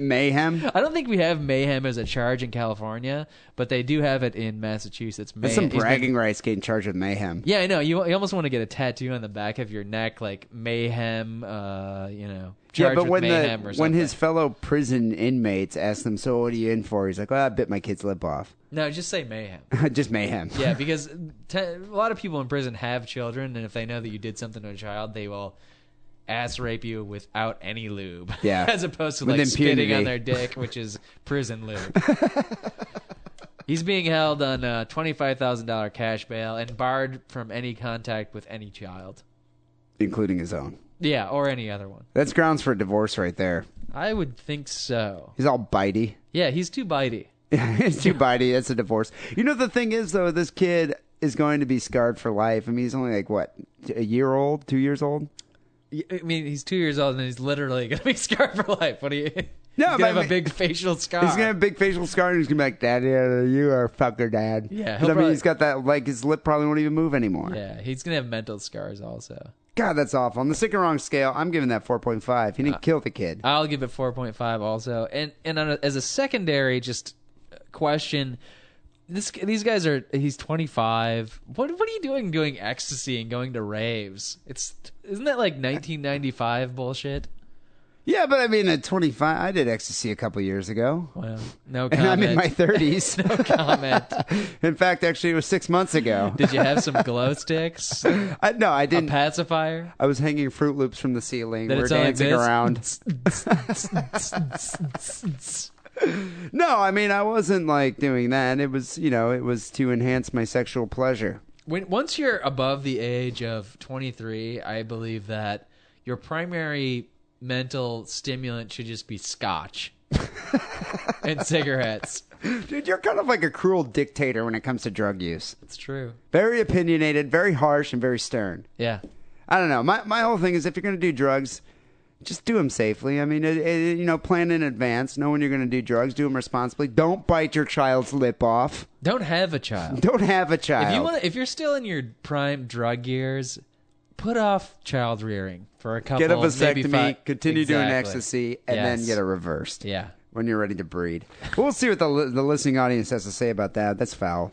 Speaker 2: Mayhem.
Speaker 3: I don't think we have mayhem as a charge in California, but they do have it in Massachusetts. May-
Speaker 2: That's some
Speaker 3: he's been-
Speaker 2: bragging rights getting charged with mayhem.
Speaker 3: yeah, I know. You, you almost want to get a tattoo on the back of your neck, like mayhem. Uh, you know, charged with
Speaker 2: when
Speaker 3: mayhem or
Speaker 2: the
Speaker 3: something.
Speaker 2: when his fellow prison inmates asked him, "So what are you in for?" He's like, "Well, I bit my kid's lip off.
Speaker 3: no, just say mayhem.
Speaker 2: Just mayhem."
Speaker 3: Yeah, because te- a lot of people in prison have children, and if they know that you did something to a child, they will ass rape you without any lube.
Speaker 2: Yeah.
Speaker 3: as opposed to
Speaker 2: With
Speaker 3: like spitting
Speaker 2: impunity.
Speaker 3: on their dick, which is prison lube. He's being held on a twenty-five thousand dollar cash bail and barred from any contact with any child.
Speaker 2: including his own.
Speaker 3: Yeah, or any other one.
Speaker 2: That's grounds for divorce right there.
Speaker 3: I would think so.
Speaker 2: He's all bitey.
Speaker 3: Yeah, he's too bitey.
Speaker 2: it's too bitey. That's a divorce. You know the thing is though, this kid is going to be scarred for life. I mean, he's only like what a year old, two years old.
Speaker 3: I mean, he's two years old and he's literally gonna be scarred for life. What do you?
Speaker 2: No,
Speaker 3: he's gonna
Speaker 2: but I
Speaker 3: have a
Speaker 2: mean-
Speaker 3: big facial scar.
Speaker 2: He's gonna have a big facial scar and he's gonna be like, "Daddy, you are a fucker, dad." 'Cause,
Speaker 3: Yeah, he'll
Speaker 2: I mean,
Speaker 3: probably-
Speaker 2: he's got that like his lip probably won't even move anymore.
Speaker 3: Yeah, he's gonna have mental scars also.
Speaker 2: God, that's awful. On the sick and wrong scale, I'm giving that 4.5. He
Speaker 3: Uh,
Speaker 2: didn't kill the kid.
Speaker 3: I'll give it four point five also. And and on a, as a secondary just question, this these guys are he's twenty five. What what are you doing doing ecstasy and going to raves? It's isn't that like nineteen ninety five bullshit?
Speaker 2: yeah, but I mean, at 25, I did ecstasy a couple years ago,
Speaker 3: Well, no
Speaker 2: and
Speaker 3: comment.
Speaker 2: I'm in my 30s.
Speaker 3: Oh, no comment.
Speaker 2: in fact, actually, it was six months ago.
Speaker 3: Did you have some glow sticks? A
Speaker 2: I, no, I didn't.
Speaker 3: pacifier?
Speaker 2: I was hanging Fruit Loops from the ceiling.
Speaker 3: That
Speaker 2: we were
Speaker 3: it's all like
Speaker 2: dancing
Speaker 3: this?
Speaker 2: around. No, I mean I wasn't like doing that. It was, you know, it was to enhance my sexual pleasure.
Speaker 3: when once you're above the age of 23 i believe that your primary mental stimulant should just be scotch and cigarettes
Speaker 2: Dude, you're kind of like a cruel dictator when it comes to drug use.
Speaker 3: it's true
Speaker 2: Very opinionated, very harsh, and very stern.
Speaker 3: yeah
Speaker 2: I don't know. My my whole thing is if you're going to do drugs, just do them safely. I mean, it, it, you know, plan in advance. Know when you're going to do drugs. Do them responsibly. Don't bite your child's lip off.
Speaker 3: don't have a child
Speaker 2: Don't have a child.
Speaker 3: if you want if you're still in your prime drug years put off child rearing for a couple
Speaker 2: get a
Speaker 3: maybe
Speaker 2: vasectomy,
Speaker 3: fi-
Speaker 2: continue doing
Speaker 3: Exactly.
Speaker 2: ecstasy, and then
Speaker 3: Yes.
Speaker 2: get it reversed.
Speaker 3: yeah
Speaker 2: When you're ready to breed. We'll see what the, li- the listening audience has to say about that. That's foul.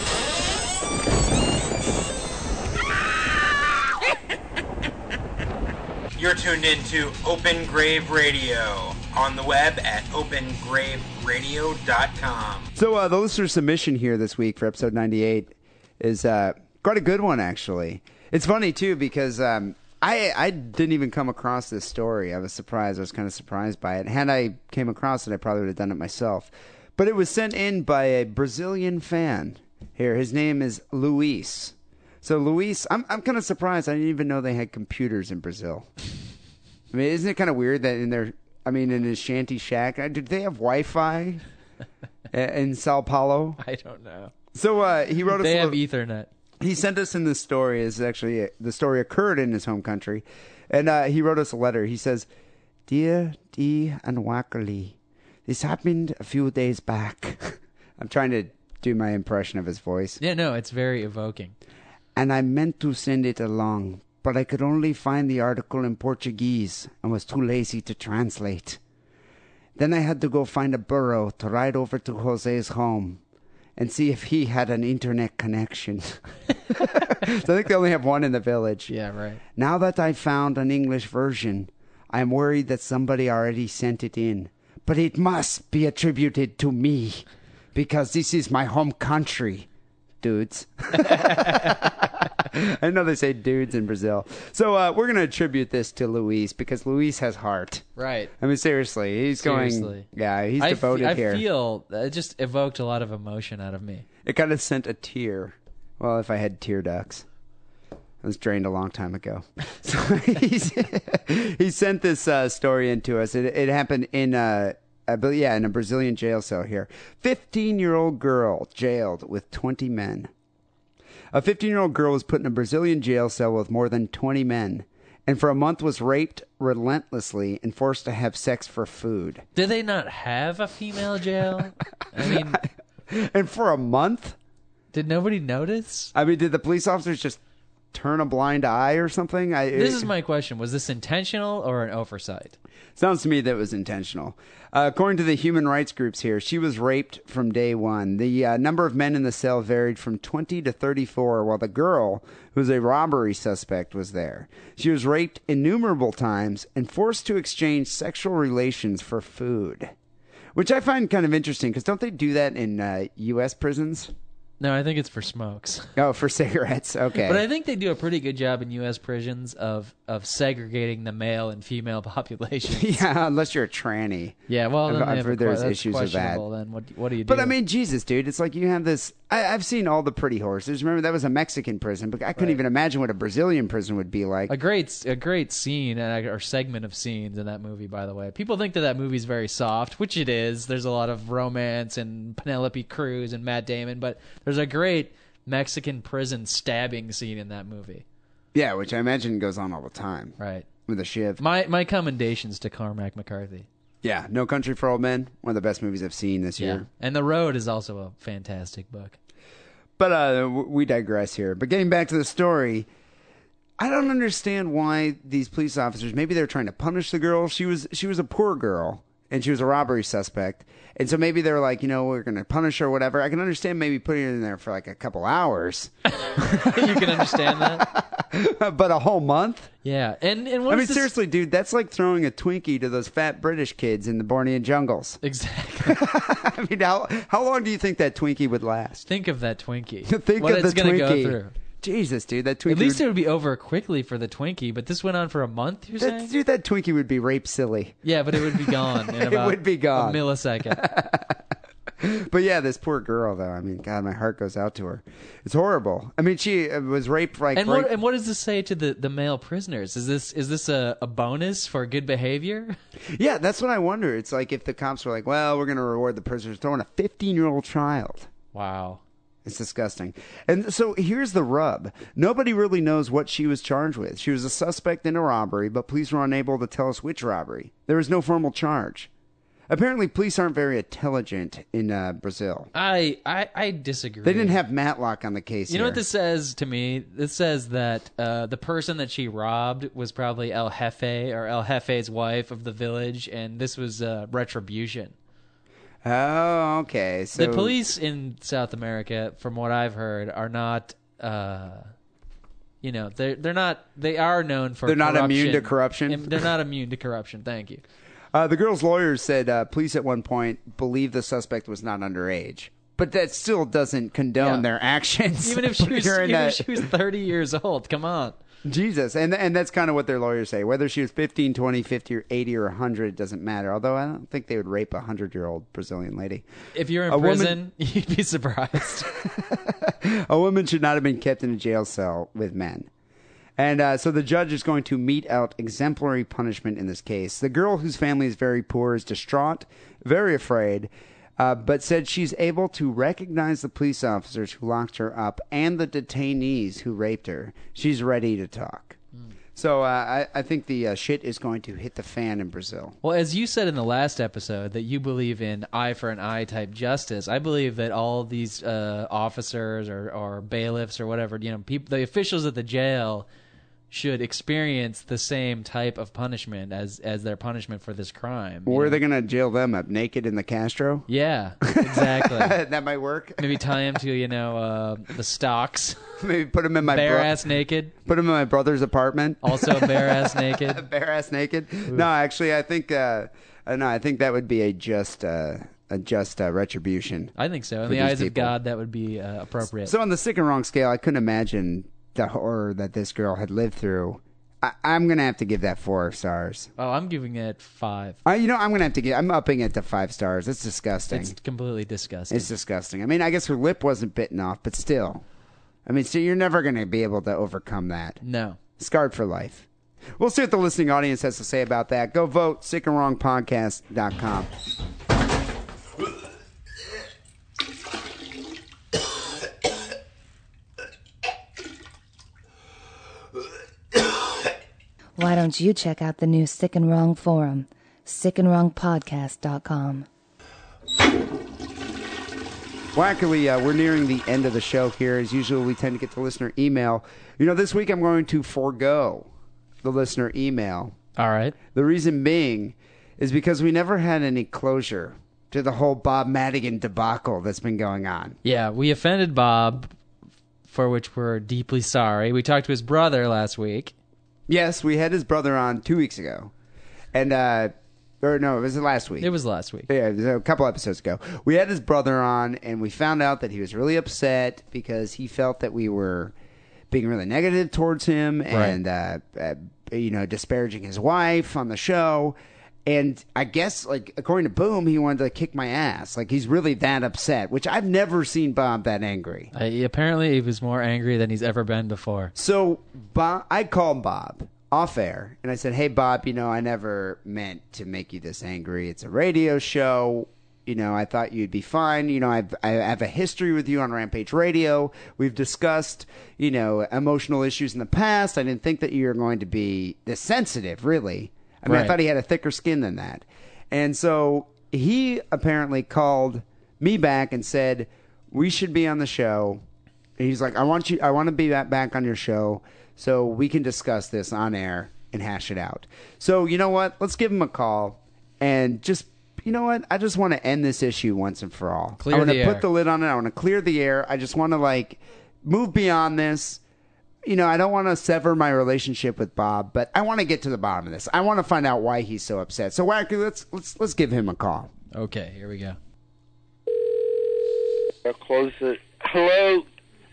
Speaker 4: You're tuned into Open Grave Radio on the web at opengraveradio.com.
Speaker 2: So uh, the listener submission here this week for episode 98 is uh, quite a good one, actually. It's funny too because um, I I didn't even come across this story. I was surprised. I was kind of surprised by it. Had I came across it, I probably would have done it myself. But it was sent in by a Brazilian fan. Here, his name is Luis. So Luis, I'm I'm kind of surprised. I didn't even know they had computers in Brazil. I mean, isn't it kind of weird that in their I mean, in his shanty shack, uh, did they have Wi-Fi uh, in Sao Paulo?
Speaker 3: i don't know
Speaker 2: So uh, he wrote us.
Speaker 3: they
Speaker 2: a
Speaker 3: have
Speaker 2: little-
Speaker 3: ethernet
Speaker 2: he sent us in this story is actually the story occurred in his home country and uh, he wrote us a letter he says dear d and wackerly this happened a few days back i'm trying to do my impression of his voice
Speaker 3: yeah no it's very evoking
Speaker 2: and I meant to send it along, but I could only find the article in Portuguese and was too lazy to translate. Then I had to go find a burro to ride over to Jose's home and see if he had an internet connection. so I think they only have one in the village.
Speaker 3: yeah right
Speaker 2: Now that I've found an English version, I'm worried that somebody already sent it in. But it must be attributed to me, because this is my home country, dudes. I know they say dudes in Brazil. So uh, we're going to attribute this to Luis, because Luis has heart.
Speaker 3: right
Speaker 2: I mean, seriously, he's going.
Speaker 3: Seriously.
Speaker 2: Yeah, he's
Speaker 3: I fe-
Speaker 2: devoted
Speaker 3: I
Speaker 2: here.
Speaker 3: feel it just evoked a lot of emotion out of me.
Speaker 2: It kind of sent a tear. Well, if I had tear ducts, I was drained a long time ago. So he's, he sent this uh, story into us. It, it happened in uh, I believe, yeah, in a Brazilian jail cell here. Fifteen-year-old girl jailed with twenty men. A 15 year old girl was put in a Brazilian jail cell with more than 20 men. and for a month was raped relentlessly and forced to have sex for food.
Speaker 3: Do they not have a female jail? I mean,
Speaker 2: And for a month?
Speaker 3: did nobody notice?
Speaker 2: I mean, did the police officers just turn a blind eye or something? I,
Speaker 3: This
Speaker 2: it-
Speaker 3: is my question. Was this intentional or an oversight?
Speaker 2: Sounds to me that was intentional. Uh, according to the human rights groups here, she was raped from day one. The uh, number of men in the cell varied from 20 to 34, while the girl, who was a robbery suspect, was there. She was raped innumerable times and forced to exchange sexual relations for food, which I find kind of interesting because don't they do that in uh, U.S. prisons?
Speaker 3: No, I think it's for smokes.
Speaker 2: Oh, for cigarettes. Okay.
Speaker 3: But I think they do a pretty good job in U.S. prisons of of segregating the male and female population.
Speaker 2: yeah, unless you're a tranny.
Speaker 3: yeah, well,
Speaker 2: I've-
Speaker 3: then they
Speaker 2: I've
Speaker 3: have
Speaker 2: heard
Speaker 3: a, que-
Speaker 2: there's
Speaker 3: that's
Speaker 2: issues with that.
Speaker 3: questionable. Then what? What do you do?
Speaker 2: But I mean, Jesus, dude, it's like you have this. I, I've seen all the pretty horses. Remember that was a Mexican prison, but I couldn't even imagine what a Brazilian prison would be like.
Speaker 3: a great a great scene and or segment of scenes in that movie. By the way, people think that that movie's very soft, which it is. There's a lot of romance and Penelope Cruz and Matt Damon, but there's a great Mexican prison stabbing scene in that movie.
Speaker 2: yeah, which I imagine goes on all the time
Speaker 3: Right.
Speaker 2: with a shiv.
Speaker 3: My my commendations to Cormac McCarthy.
Speaker 2: yeah, No Country for Old Men, one of the best movies I've seen this year.
Speaker 3: And The Road is also a fantastic book.
Speaker 2: But uh, w- we digress here. But getting back to the story, I don't understand why these police officers. Maybe they're trying to punish the girl. She was she was a poor girl and she was a robbery suspect, and so maybe they're like, you know, we're going to punish her, whatever. I can understand maybe putting her in there for like a couple hours,
Speaker 3: you can understand that.
Speaker 2: but a whole month.
Speaker 3: Yeah. And and
Speaker 2: I
Speaker 3: what
Speaker 2: mean,
Speaker 3: is this-
Speaker 2: seriously, dude, that's like throwing a Twinkie to those fat British kids in the Bornean jungles.
Speaker 3: Exactly.
Speaker 2: I mean, how how long do you think that Twinkie would last?
Speaker 3: Think of that Twinkie.
Speaker 2: Think
Speaker 3: what
Speaker 2: of the
Speaker 3: it's gonna
Speaker 2: Twinkie.
Speaker 3: go through.
Speaker 2: Jesus, dude, that Twinkie.
Speaker 3: At least
Speaker 2: would,
Speaker 3: it would be over quickly for the Twinkie, but this went on for a month, you're
Speaker 2: that,
Speaker 3: saying?
Speaker 2: dude, that Twinkie would be rape silly.
Speaker 3: Yeah, but it would be gone. In about
Speaker 2: would be gone.
Speaker 3: A millisecond.
Speaker 2: But yeah, this poor girl, though. I mean, God, my heart goes out to her. It's horrible. I mean, she uh, was raped like.
Speaker 3: And
Speaker 2: right-
Speaker 3: what and what does this say to the, the male prisoners? Is this is this a, a bonus for good behavior?
Speaker 2: yeah, that's what I wonder. It's like if the cops were like, "Well, we're going to reward the prisoners throwing a 15-year-old child."
Speaker 3: Wow.
Speaker 2: It's disgusting. And so here's the rub. Nobody really knows what she was charged with. She was a suspect in a robbery, but police were unable to tell us which robbery. There was no formal charge. Apparently, police aren't very intelligent in uh, Brazil.
Speaker 3: I I, I disagree.
Speaker 2: They didn't have Matlock on the case.
Speaker 3: You know
Speaker 2: here.
Speaker 3: what this says to me? This says that uh, the person that she robbed was probably El Jefe or El Jefe's wife of the village, and this was uh, retribution.
Speaker 2: Oh, okay. So
Speaker 3: the police in South America, from what I've heard, are not. Uh, you know they're they're not they are known for
Speaker 2: They're not immune to corruption?
Speaker 3: Im- they're not immune to corruption. Thank you.
Speaker 2: Uh, the girl's lawyers said uh, police at one point believed the suspect was not underage, but that still doesn't condone
Speaker 3: Yeah.
Speaker 2: their actions.
Speaker 3: Even if she was
Speaker 2: You're in
Speaker 3: even
Speaker 2: a-
Speaker 3: if she was thirty years old, come on.
Speaker 2: Jesus. And and that's kind of what their lawyers say. Whether she was 15, 20, 50, or 80 or 100 doesn't matter. Although I don't think they would rape a 100 year old Brazilian lady.
Speaker 3: If you're in
Speaker 2: A woman-
Speaker 3: prison, you'd be surprised.
Speaker 2: A woman should not have been kept in a jail cell with men. And uh, so the judge is going to mete out exemplary punishment in this case. The girl, whose family is very poor, is distraught, very afraid, uh, but said she's able to recognize the police officers who locked her up and the detainees who raped her. She's ready to talk. So uh, I, I think the uh, shit is going to hit the fan in Brazil.
Speaker 3: Well, as you said in the last episode, that you believe in eye for an eye type justice. I believe that all these uh, officers or, or bailiffs or whatever, you know, peop the officials at the jail should experience the same type of punishment as as their punishment for this crime. you
Speaker 2: Where are
Speaker 3: know?
Speaker 2: they going to jail them up? Naked in the Castro?
Speaker 3: yeah, exactly.
Speaker 2: that might work.
Speaker 3: Maybe tie him to you know uh, the stocks,
Speaker 2: Maybe put them in my
Speaker 3: bare
Speaker 2: bro-
Speaker 3: ass naked.
Speaker 2: put them in my brother's apartment.
Speaker 3: Also bare ass naked.
Speaker 2: bare ass naked. No, actually, I think uh, uh, no, I think that would be a just uh, a just uh, retribution.
Speaker 3: I think so. In
Speaker 2: For
Speaker 3: the
Speaker 2: these
Speaker 3: eyes of
Speaker 2: people.
Speaker 3: God, that would be uh, appropriate.
Speaker 2: So on the sick and wrong scale, I couldn't imagine the horror that this girl had lived through. I- I'm gonna have to give that four stars.
Speaker 3: oh, I'm giving it five.
Speaker 2: I, you know, I'm gonna have to give. I'm upping it to five stars. It's disgusting.
Speaker 3: It's
Speaker 2: It's,
Speaker 3: completely disgusting.
Speaker 2: disgusting. I mean, I guess her lip wasn't bitten off, but still. I mean, so you're never gonna be able to overcome that.
Speaker 3: no.
Speaker 2: Scarred for life. We'll see what the listening audience has to say about that. Go vote sickandwrongpodcast.com.
Speaker 5: don't you check out the new Sick and Wrong forum, sickandwrongpodcast.com.
Speaker 2: Luckily, uh, we're nearing the end of the show here. As usual, we tend to get the listener email. You know, this week I'm going to forego the listener email.
Speaker 3: All right.
Speaker 2: The reason being is because we never had any closure to the whole Bob Madigan debacle that's been going on.
Speaker 3: Yeah, we offended Bob, for which we're deeply sorry. We talked to his brother last week.
Speaker 2: Yes, we had his brother on two weeks ago. And, uh, or no, it was last week.
Speaker 3: It was last week.
Speaker 2: yeah, it was a couple episodes ago. We had his brother on, and we found out that he was really upset because he felt that we were being really negative towards him and uh, uh, you know disparaging his wife on the show. And I guess, like according to Boom, he wanted to kick my ass. Like he's really that upset, which I've never seen Bob that angry.
Speaker 3: Uh, he- apparently, he was more angry than he's ever been before.
Speaker 2: So Bob, I called Bob off air and I said, "Hey Bob, you know I never meant to make you this angry. It's a radio show. You know I thought you'd be fine. You know I've, I have a history with you on Rampage Radio. We've discussed you know emotional issues in the past. I didn't think that you were going to be this sensitive. Really, I mean I
Speaker 3: Right.
Speaker 2: thought he had a thicker skin than that. And so he apparently called me back and said we should be on the show." And he's like, I want you, I want to be ba- back on your show so we can discuss this on air and hash it out. So you know what? Let's give him a call and just, you know what? I just want to end this issue once and for all.
Speaker 3: Clear
Speaker 2: I want
Speaker 3: the
Speaker 2: to put
Speaker 3: air.
Speaker 2: the lid on it. I want to clear the air. I just want to like move beyond this. You know, I don't want to sever my relationship with Bob, but I want to get to the bottom of this. I want to find out why he's so upset. So Wacky, let's let's let's give him a call.
Speaker 3: Okay, here we go.
Speaker 6: I'll close it. Hello.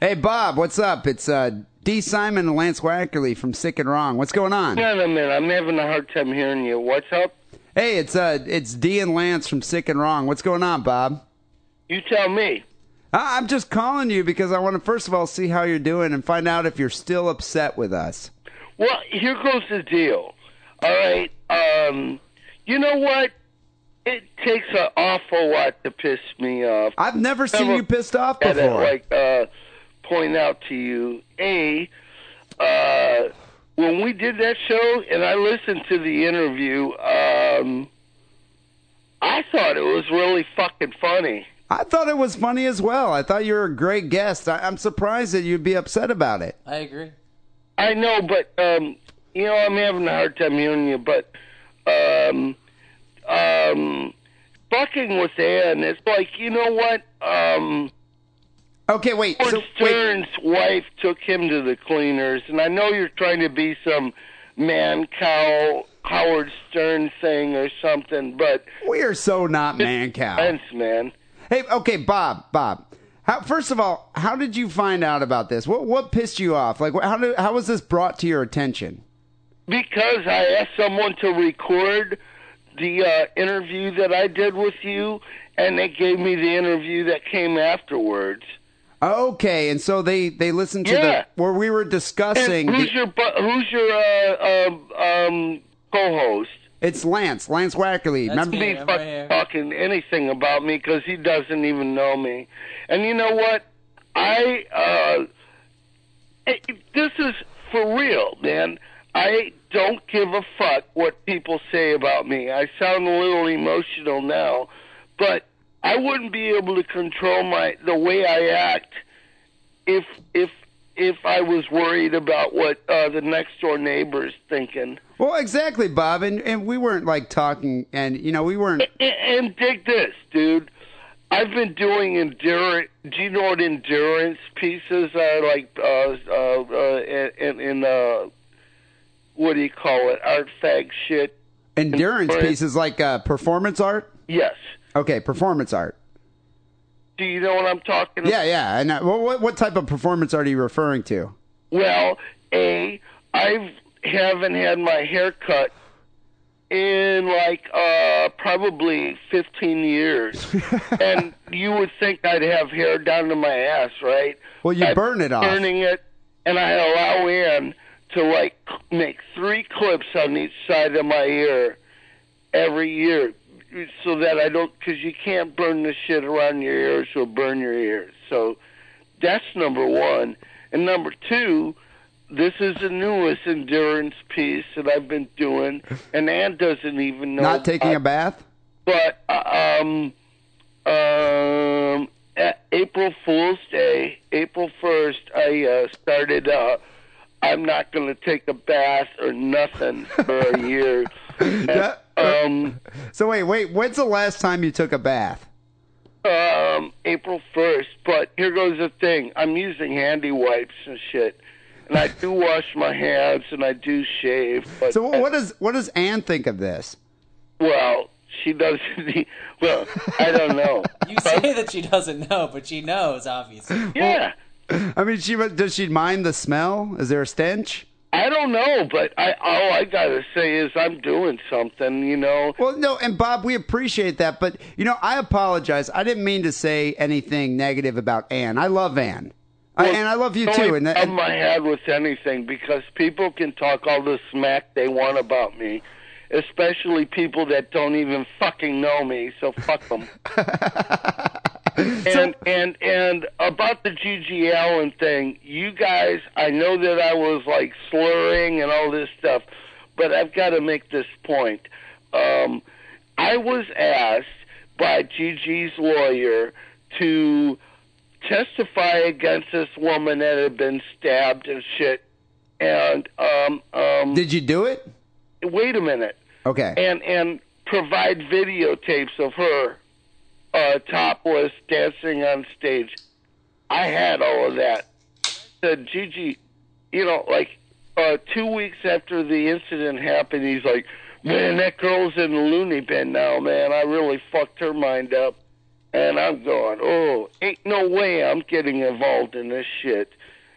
Speaker 2: Hey Bob, what's up? It's uh, D. Simon and Lance Wackerly from Sick and Wrong. What's going on?
Speaker 6: Wait a minute. I'm having a hard time hearing you. What's up?
Speaker 2: Hey, it's uh, it's D and Lance from Sick and Wrong. What's going on, Bob?
Speaker 6: You tell
Speaker 2: I-
Speaker 6: me.
Speaker 2: Uh, I'm just calling you because I want to first of all see how you're doing and find out if you're still upset with us.
Speaker 6: Well, here goes the deal. All right. Um, you know what? It takes an awful lot to piss me off.
Speaker 2: I've never seen you pissed off
Speaker 6: gotta,
Speaker 2: before.
Speaker 6: like, uh, point out to you, a, uh, when we did that show and I listened to the interview, um, I thought it was really fucking funny.
Speaker 2: I thought it was funny as well. I thought you were a great guest. I- I'm surprised that you'd be upset about it.
Speaker 3: I agree.
Speaker 6: I know, but um, you know, I'm having a hard time hearing you. But um, um, fucking with Ann, it's like you know what? Um,
Speaker 2: Okay, wait.
Speaker 6: Howard
Speaker 2: So wait.
Speaker 6: Stern's wife took him to the cleaners, and I know you're trying to be some man cow Howard Stern thing or something, but
Speaker 2: We are so not man cow.
Speaker 6: sense, man.
Speaker 2: Hey, okay, Bob, Bob. How, first of all, how did you find out about this? What what pissed you off? Like, wh- how did, how was this brought to your attention?
Speaker 6: Because I asked someone to record the uh, interview that I did with you, and they gave me the interview that came afterwards.
Speaker 2: Okay, and so they they listened to
Speaker 6: Yeah.
Speaker 2: the where we were discussing.
Speaker 6: And who's
Speaker 2: the-
Speaker 6: your bu- who's your uh, um, um, co-host?
Speaker 2: it's Lance, Lance Wackerly.
Speaker 3: That's
Speaker 2: Remember?
Speaker 6: He
Speaker 3: me.
Speaker 6: ain't
Speaker 3: right
Speaker 6: fucking
Speaker 3: here.
Speaker 6: talking anything about me because he doesn't even know me. And you know what? I uh, it- it- this is for real, man. I don't give a fuck what people say about me. I sound a little emotional now, but I wouldn't be able to control my the way I act if if if I was worried about what uh, the next door neighbor's thinking.
Speaker 2: Well, exactly, Bob. And and we weren't like talking, and you know we weren't.
Speaker 6: And, and dig this, dude. I've been doing endurance. Do you know what endurance pieces are like? Uh, uh, uh, in, in uh, what do you call it? Art fag shit.
Speaker 2: Endurance
Speaker 6: Right.
Speaker 2: pieces like uh, performance art.
Speaker 6: Yes.
Speaker 2: Okay, performance art.
Speaker 6: Do you know what I'm talking about?
Speaker 2: Yeah, yeah. And uh, what- what what type of performance art are you referring to?
Speaker 6: Well, a I haven't had my hair cut in like uh probably 15 years, and you would think I'd have hair down to my ass, right?
Speaker 2: Well, you
Speaker 6: I'm
Speaker 2: burn it off.
Speaker 6: Burning it, and I allow in to like cl- make three clips on each side of my ear every year, so that I don't because you can't burn the shit around your ears, it'll burn your ears. So that's number one, and number two, this is the newest endurance piece that I've been doing, and Ann doesn't even know.
Speaker 2: Not taking a
Speaker 6: about-
Speaker 2: bath?
Speaker 6: But uh, um, um, a- April Fool's Day, April first, I uh, started. Uh, I'm not going to take a bath or nothing for a year.
Speaker 2: Yeah.
Speaker 6: Um,
Speaker 2: So wait, wait. When's the last time you took a bath?
Speaker 6: um, April 1st, but here goes the thing. I'm using handy wipes and shit. And I do wash my hands and I do shave. But
Speaker 2: So what does what does Anne think of this?
Speaker 6: Well, she doesn't. Well, I don't know.
Speaker 7: You say that she doesn't know, but she knows, obviously.
Speaker 6: yeah.
Speaker 2: I mean, she wa- does she mind the smell? Is there a stench?
Speaker 6: I don't know, but I all I gotta say is I'm doing something, you know.
Speaker 2: Well, no, and Bob, we appreciate that, but you know, I apologize. I didn't mean to say anything negative about Anne. I love Anne, I,
Speaker 6: Well,
Speaker 2: and I love you
Speaker 6: the
Speaker 2: too.
Speaker 6: only
Speaker 2: And,
Speaker 6: problem
Speaker 2: and
Speaker 6: I had with anything because people can talk all the smack they want about me, especially people that don't even fucking know me. So fuck them. and and and about the Gigi Allen thing, you guys, I know that I was like slurring and all this stuff, but I've got to make this point. Um, I was asked by Gigi's lawyer to testify against this woman that had been stabbed and shit. And um, um,
Speaker 2: did you do it?
Speaker 6: wait a minute,
Speaker 2: Okay.
Speaker 6: and and provide videotapes of her uh, topless dancing on stage. I had all of that. I said, Gigi, you know, like uh, two weeks after the incident happened, he's like, man, that girl's in the loony bin now, man. I really fucked her mind up. And I'm going, oh, ain't no way I'm getting involved in this shit.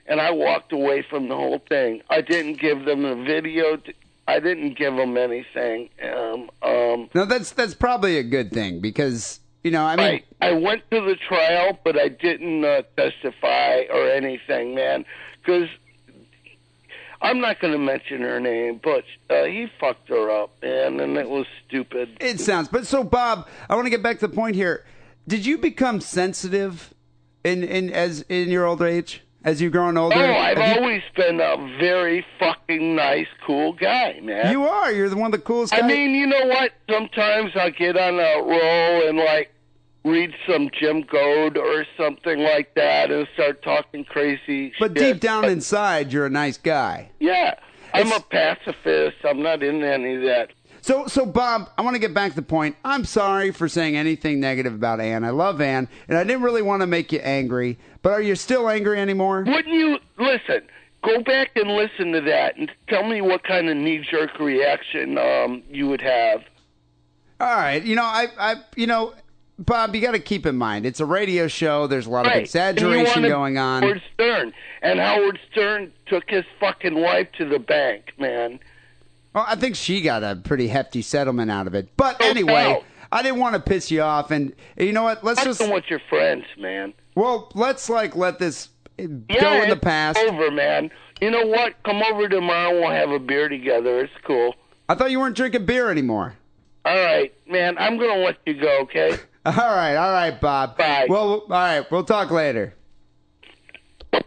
Speaker 6: And I walked away from the whole thing. I didn't give them the video. T- I didn't give them anything. Um, um,
Speaker 2: no, that's that's probably a good thing because you know, I mean,
Speaker 6: I, I went to the trial, but I didn't uh, testify or anything, man, because I'm not going to mention her name, but uh, he fucked her up, man, and it was stupid.
Speaker 2: it sounds. But so, Bob, I want to get back to the point here. Did you become sensitive in in as in your older age as you've grown older?
Speaker 6: Oh, I've
Speaker 2: Have you,
Speaker 6: always been a very fucking nice, cool guy, man.
Speaker 2: you are. You're the one of the coolest.
Speaker 6: I
Speaker 2: guys.
Speaker 6: mean, you know what? Sometimes I get on a roll and like read some Jim Goad or something like that and start talking crazy.
Speaker 2: but
Speaker 6: shit,
Speaker 2: deep down
Speaker 6: but-
Speaker 2: inside, you're a nice guy.
Speaker 6: Yeah. I'm a pacifist. I'm not into any of that.
Speaker 2: So, so Bob, I want to get back to the point. I'm sorry for saying anything negative about Anne. I love Anne, and I didn't really want to make you angry. But are you still angry anymore?
Speaker 6: Wouldn't you listen? Go back and listen to that and tell me what kind of knee jerk reaction um, you would have.
Speaker 2: All right, you know, I, I, you know, Bob, you got to keep in mind it's a radio show. There's a lot of
Speaker 6: And you
Speaker 2: exaggeration
Speaker 6: wanna-
Speaker 2: going on.
Speaker 6: Howard Stern. And Howard Stern took his fucking wife to the bank, man.
Speaker 2: Well, I think she got a pretty hefty settlement out of it. But
Speaker 6: No
Speaker 2: anyway,
Speaker 6: doubt.
Speaker 2: I didn't want to piss you off, and and you know what? Let's
Speaker 6: I
Speaker 2: just
Speaker 6: don't want your friends, man.
Speaker 2: well, let's like let this uh,
Speaker 6: yeah,
Speaker 2: go in the
Speaker 6: it's
Speaker 2: past.
Speaker 6: over, man. You know what? Come over tomorrow. We'll have a beer together. It's cool.
Speaker 2: I thought you weren't drinking beer anymore.
Speaker 6: All right, man. I'm gonna let you go. Okay.
Speaker 2: All right, all right, Bob.
Speaker 6: Bye.
Speaker 2: Well, all right, we'll talk later.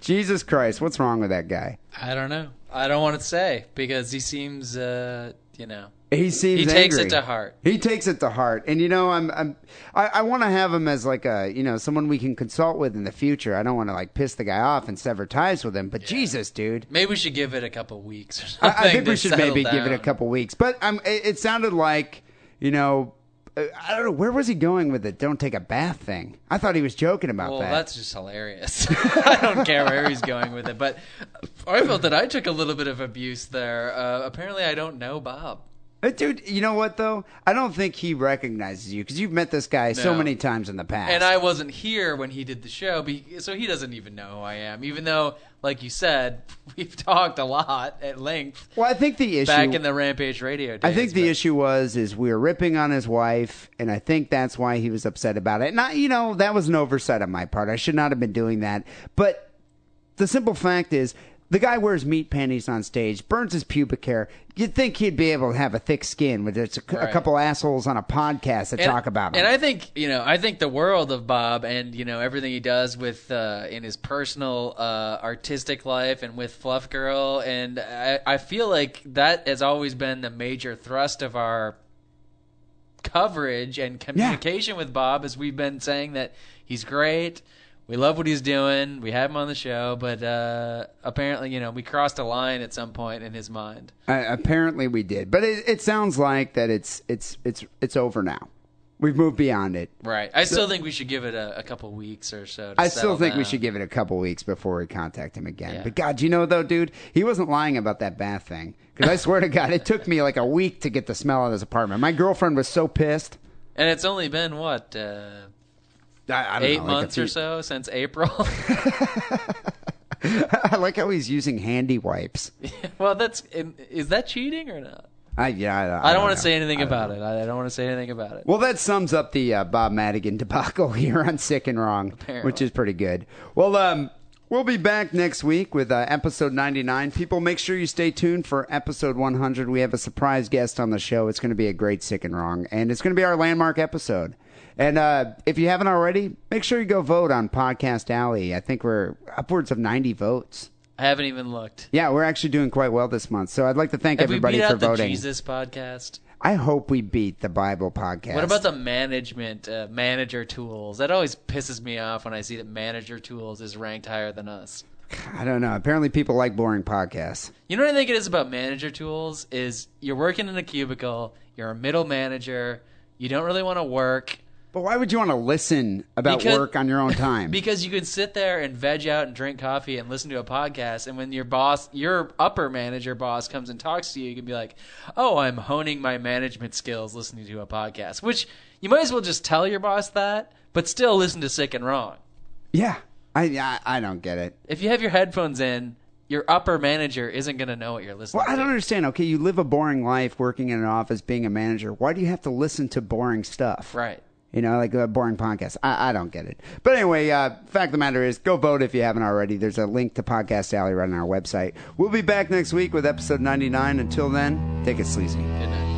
Speaker 2: Jesus Christ, what's wrong with that guy?
Speaker 7: I don't know. I don't want to say because he seems, uh, you know,
Speaker 2: He seems
Speaker 7: he takes
Speaker 2: angry.
Speaker 7: it to heart.
Speaker 2: He takes it to heart, and you know, I'm, I'm, I, I want to have him as like a, you know, someone we can consult with in the future. I don't want to like piss the guy off and sever ties with him. But Jesus, dude,
Speaker 7: Maybe we should give it a couple weeks or
Speaker 2: I,
Speaker 7: something.
Speaker 2: I think we
Speaker 7: to
Speaker 2: should
Speaker 7: settle
Speaker 2: maybe give it a
Speaker 7: down.
Speaker 2: couple weeks. But I'm, it, it sounded like, you know, uh, I don't know where was he going with it. Don't take a bath thing. I thought he was joking about
Speaker 7: Well,
Speaker 2: that.
Speaker 7: that's just hilarious. I don't care where he's going with it, but I felt that I took a little bit of abuse there. Uh, apparently, I don't know Bob.
Speaker 2: But dude, you know what though? I don't think he recognizes you because you've met this guy so
Speaker 7: No.
Speaker 2: many times in the past.
Speaker 7: and I wasn't here when he did the show, be- so he doesn't even know who I am. Even though, like you said, we've talked a lot at length
Speaker 2: well, I think the issue
Speaker 7: back in the Rampage Radio days.
Speaker 2: I think the
Speaker 7: but-
Speaker 2: issue was is we were ripping on his wife, and I think that's why he was upset about it. And I, you know, that was an oversight on my part. I should not have been doing that. But the simple fact is, The guy wears meat panties on stage, burns his pubic hair. You'd think he'd be able to have a thick skin with just a, c- a
Speaker 3: Right.
Speaker 2: couple assholes on a podcast that
Speaker 3: and,
Speaker 2: talk about him.
Speaker 3: And I think you know, I think the world of Bob and you know everything he does with uh, in his personal uh, artistic life and with Fluff Girl, and I, I feel like that has always been the major thrust of our coverage and communication with Bob, as we've been saying that he's great. We love what he's doing. We have him on the show, but uh, apparently, you know, we crossed a line at some point in his mind.
Speaker 2: Uh, apparently, we did, but it, it sounds like that it's it's it's it's over now. We've moved beyond it.
Speaker 3: Right. I still think we should give it a, a couple weeks or so. To
Speaker 2: I still
Speaker 3: settle
Speaker 2: think we
Speaker 3: down.
Speaker 2: should give it a couple weeks before we contact him again.
Speaker 3: Yeah.
Speaker 2: But God, you know though, dude, he wasn't lying about that bath thing. Because I swear to God, it took me like a week to get the smell out of his apartment. My girlfriend was so pissed.
Speaker 3: And it's only been what uh,
Speaker 2: I, I don't
Speaker 3: eight
Speaker 2: know, like a
Speaker 3: months
Speaker 2: few-
Speaker 3: or so since April.
Speaker 2: I like how he's using handy wipes.
Speaker 3: well, that's is that cheating or not?
Speaker 2: I yeah. I,
Speaker 3: I, don't
Speaker 2: want
Speaker 3: want to say anything about it. I I don't want to say anything about it.
Speaker 2: Well, that sums up the uh, Bob Madigan debacle here on Sick and Wrong,
Speaker 3: Apparently.
Speaker 2: which is pretty good. Well, um, we'll be back next week with uh, episode 99. People, make sure you stay tuned for episode 100. We have a surprise guest on the show. It's going to be a great Sick and Wrong, and it's going to be our landmark episode. And uh, if you haven't already, make sure you go vote on Podcast Alley. I think we're upwards of 90 votes.
Speaker 3: I haven't even looked.
Speaker 2: Yeah, we're actually doing quite well this month. So I'd like to thank
Speaker 3: Have
Speaker 2: everybody
Speaker 3: we beat
Speaker 2: for
Speaker 3: out
Speaker 2: voting.
Speaker 3: the Jesus podcast?
Speaker 2: I hope we beat the Bible podcast.
Speaker 3: What about the management uh, manager tools? That always pisses me off when I see that manager tools is ranked higher than us.
Speaker 2: I don't know. Apparently, people like boring podcasts.
Speaker 3: You know what I think it is about manager tools is you're working in a cubicle, you're a middle manager, you don't really want to work.
Speaker 2: But why would you want to listen about
Speaker 3: Because-
Speaker 2: work on your own time?
Speaker 3: Because you can sit there and veg out and drink coffee and listen to a podcast, and when your boss, your upper manager boss, comes and talks to you, you can be like, "Oh, I'm honing my management skills listening to a podcast." Which you might as well just tell your boss that, but still listen to Sick and Wrong.
Speaker 2: yeah, I, I I don't get it.
Speaker 3: If you have your headphones in, your upper manager isn't going to know what you're listening.
Speaker 2: Well, I
Speaker 3: to.
Speaker 2: don't understand. Okay, you live a boring life working in an office, being a manager. Why do you have to listen to boring stuff?
Speaker 3: Right.
Speaker 2: You know, like a boring podcast. I, I don't get it. But anyway, uh, fact of the matter is, go vote if you haven't already. There's a link to Podcast Alley right on our website. We'll be back next week with episode 99. Until then, take it sleazy.
Speaker 3: Good night.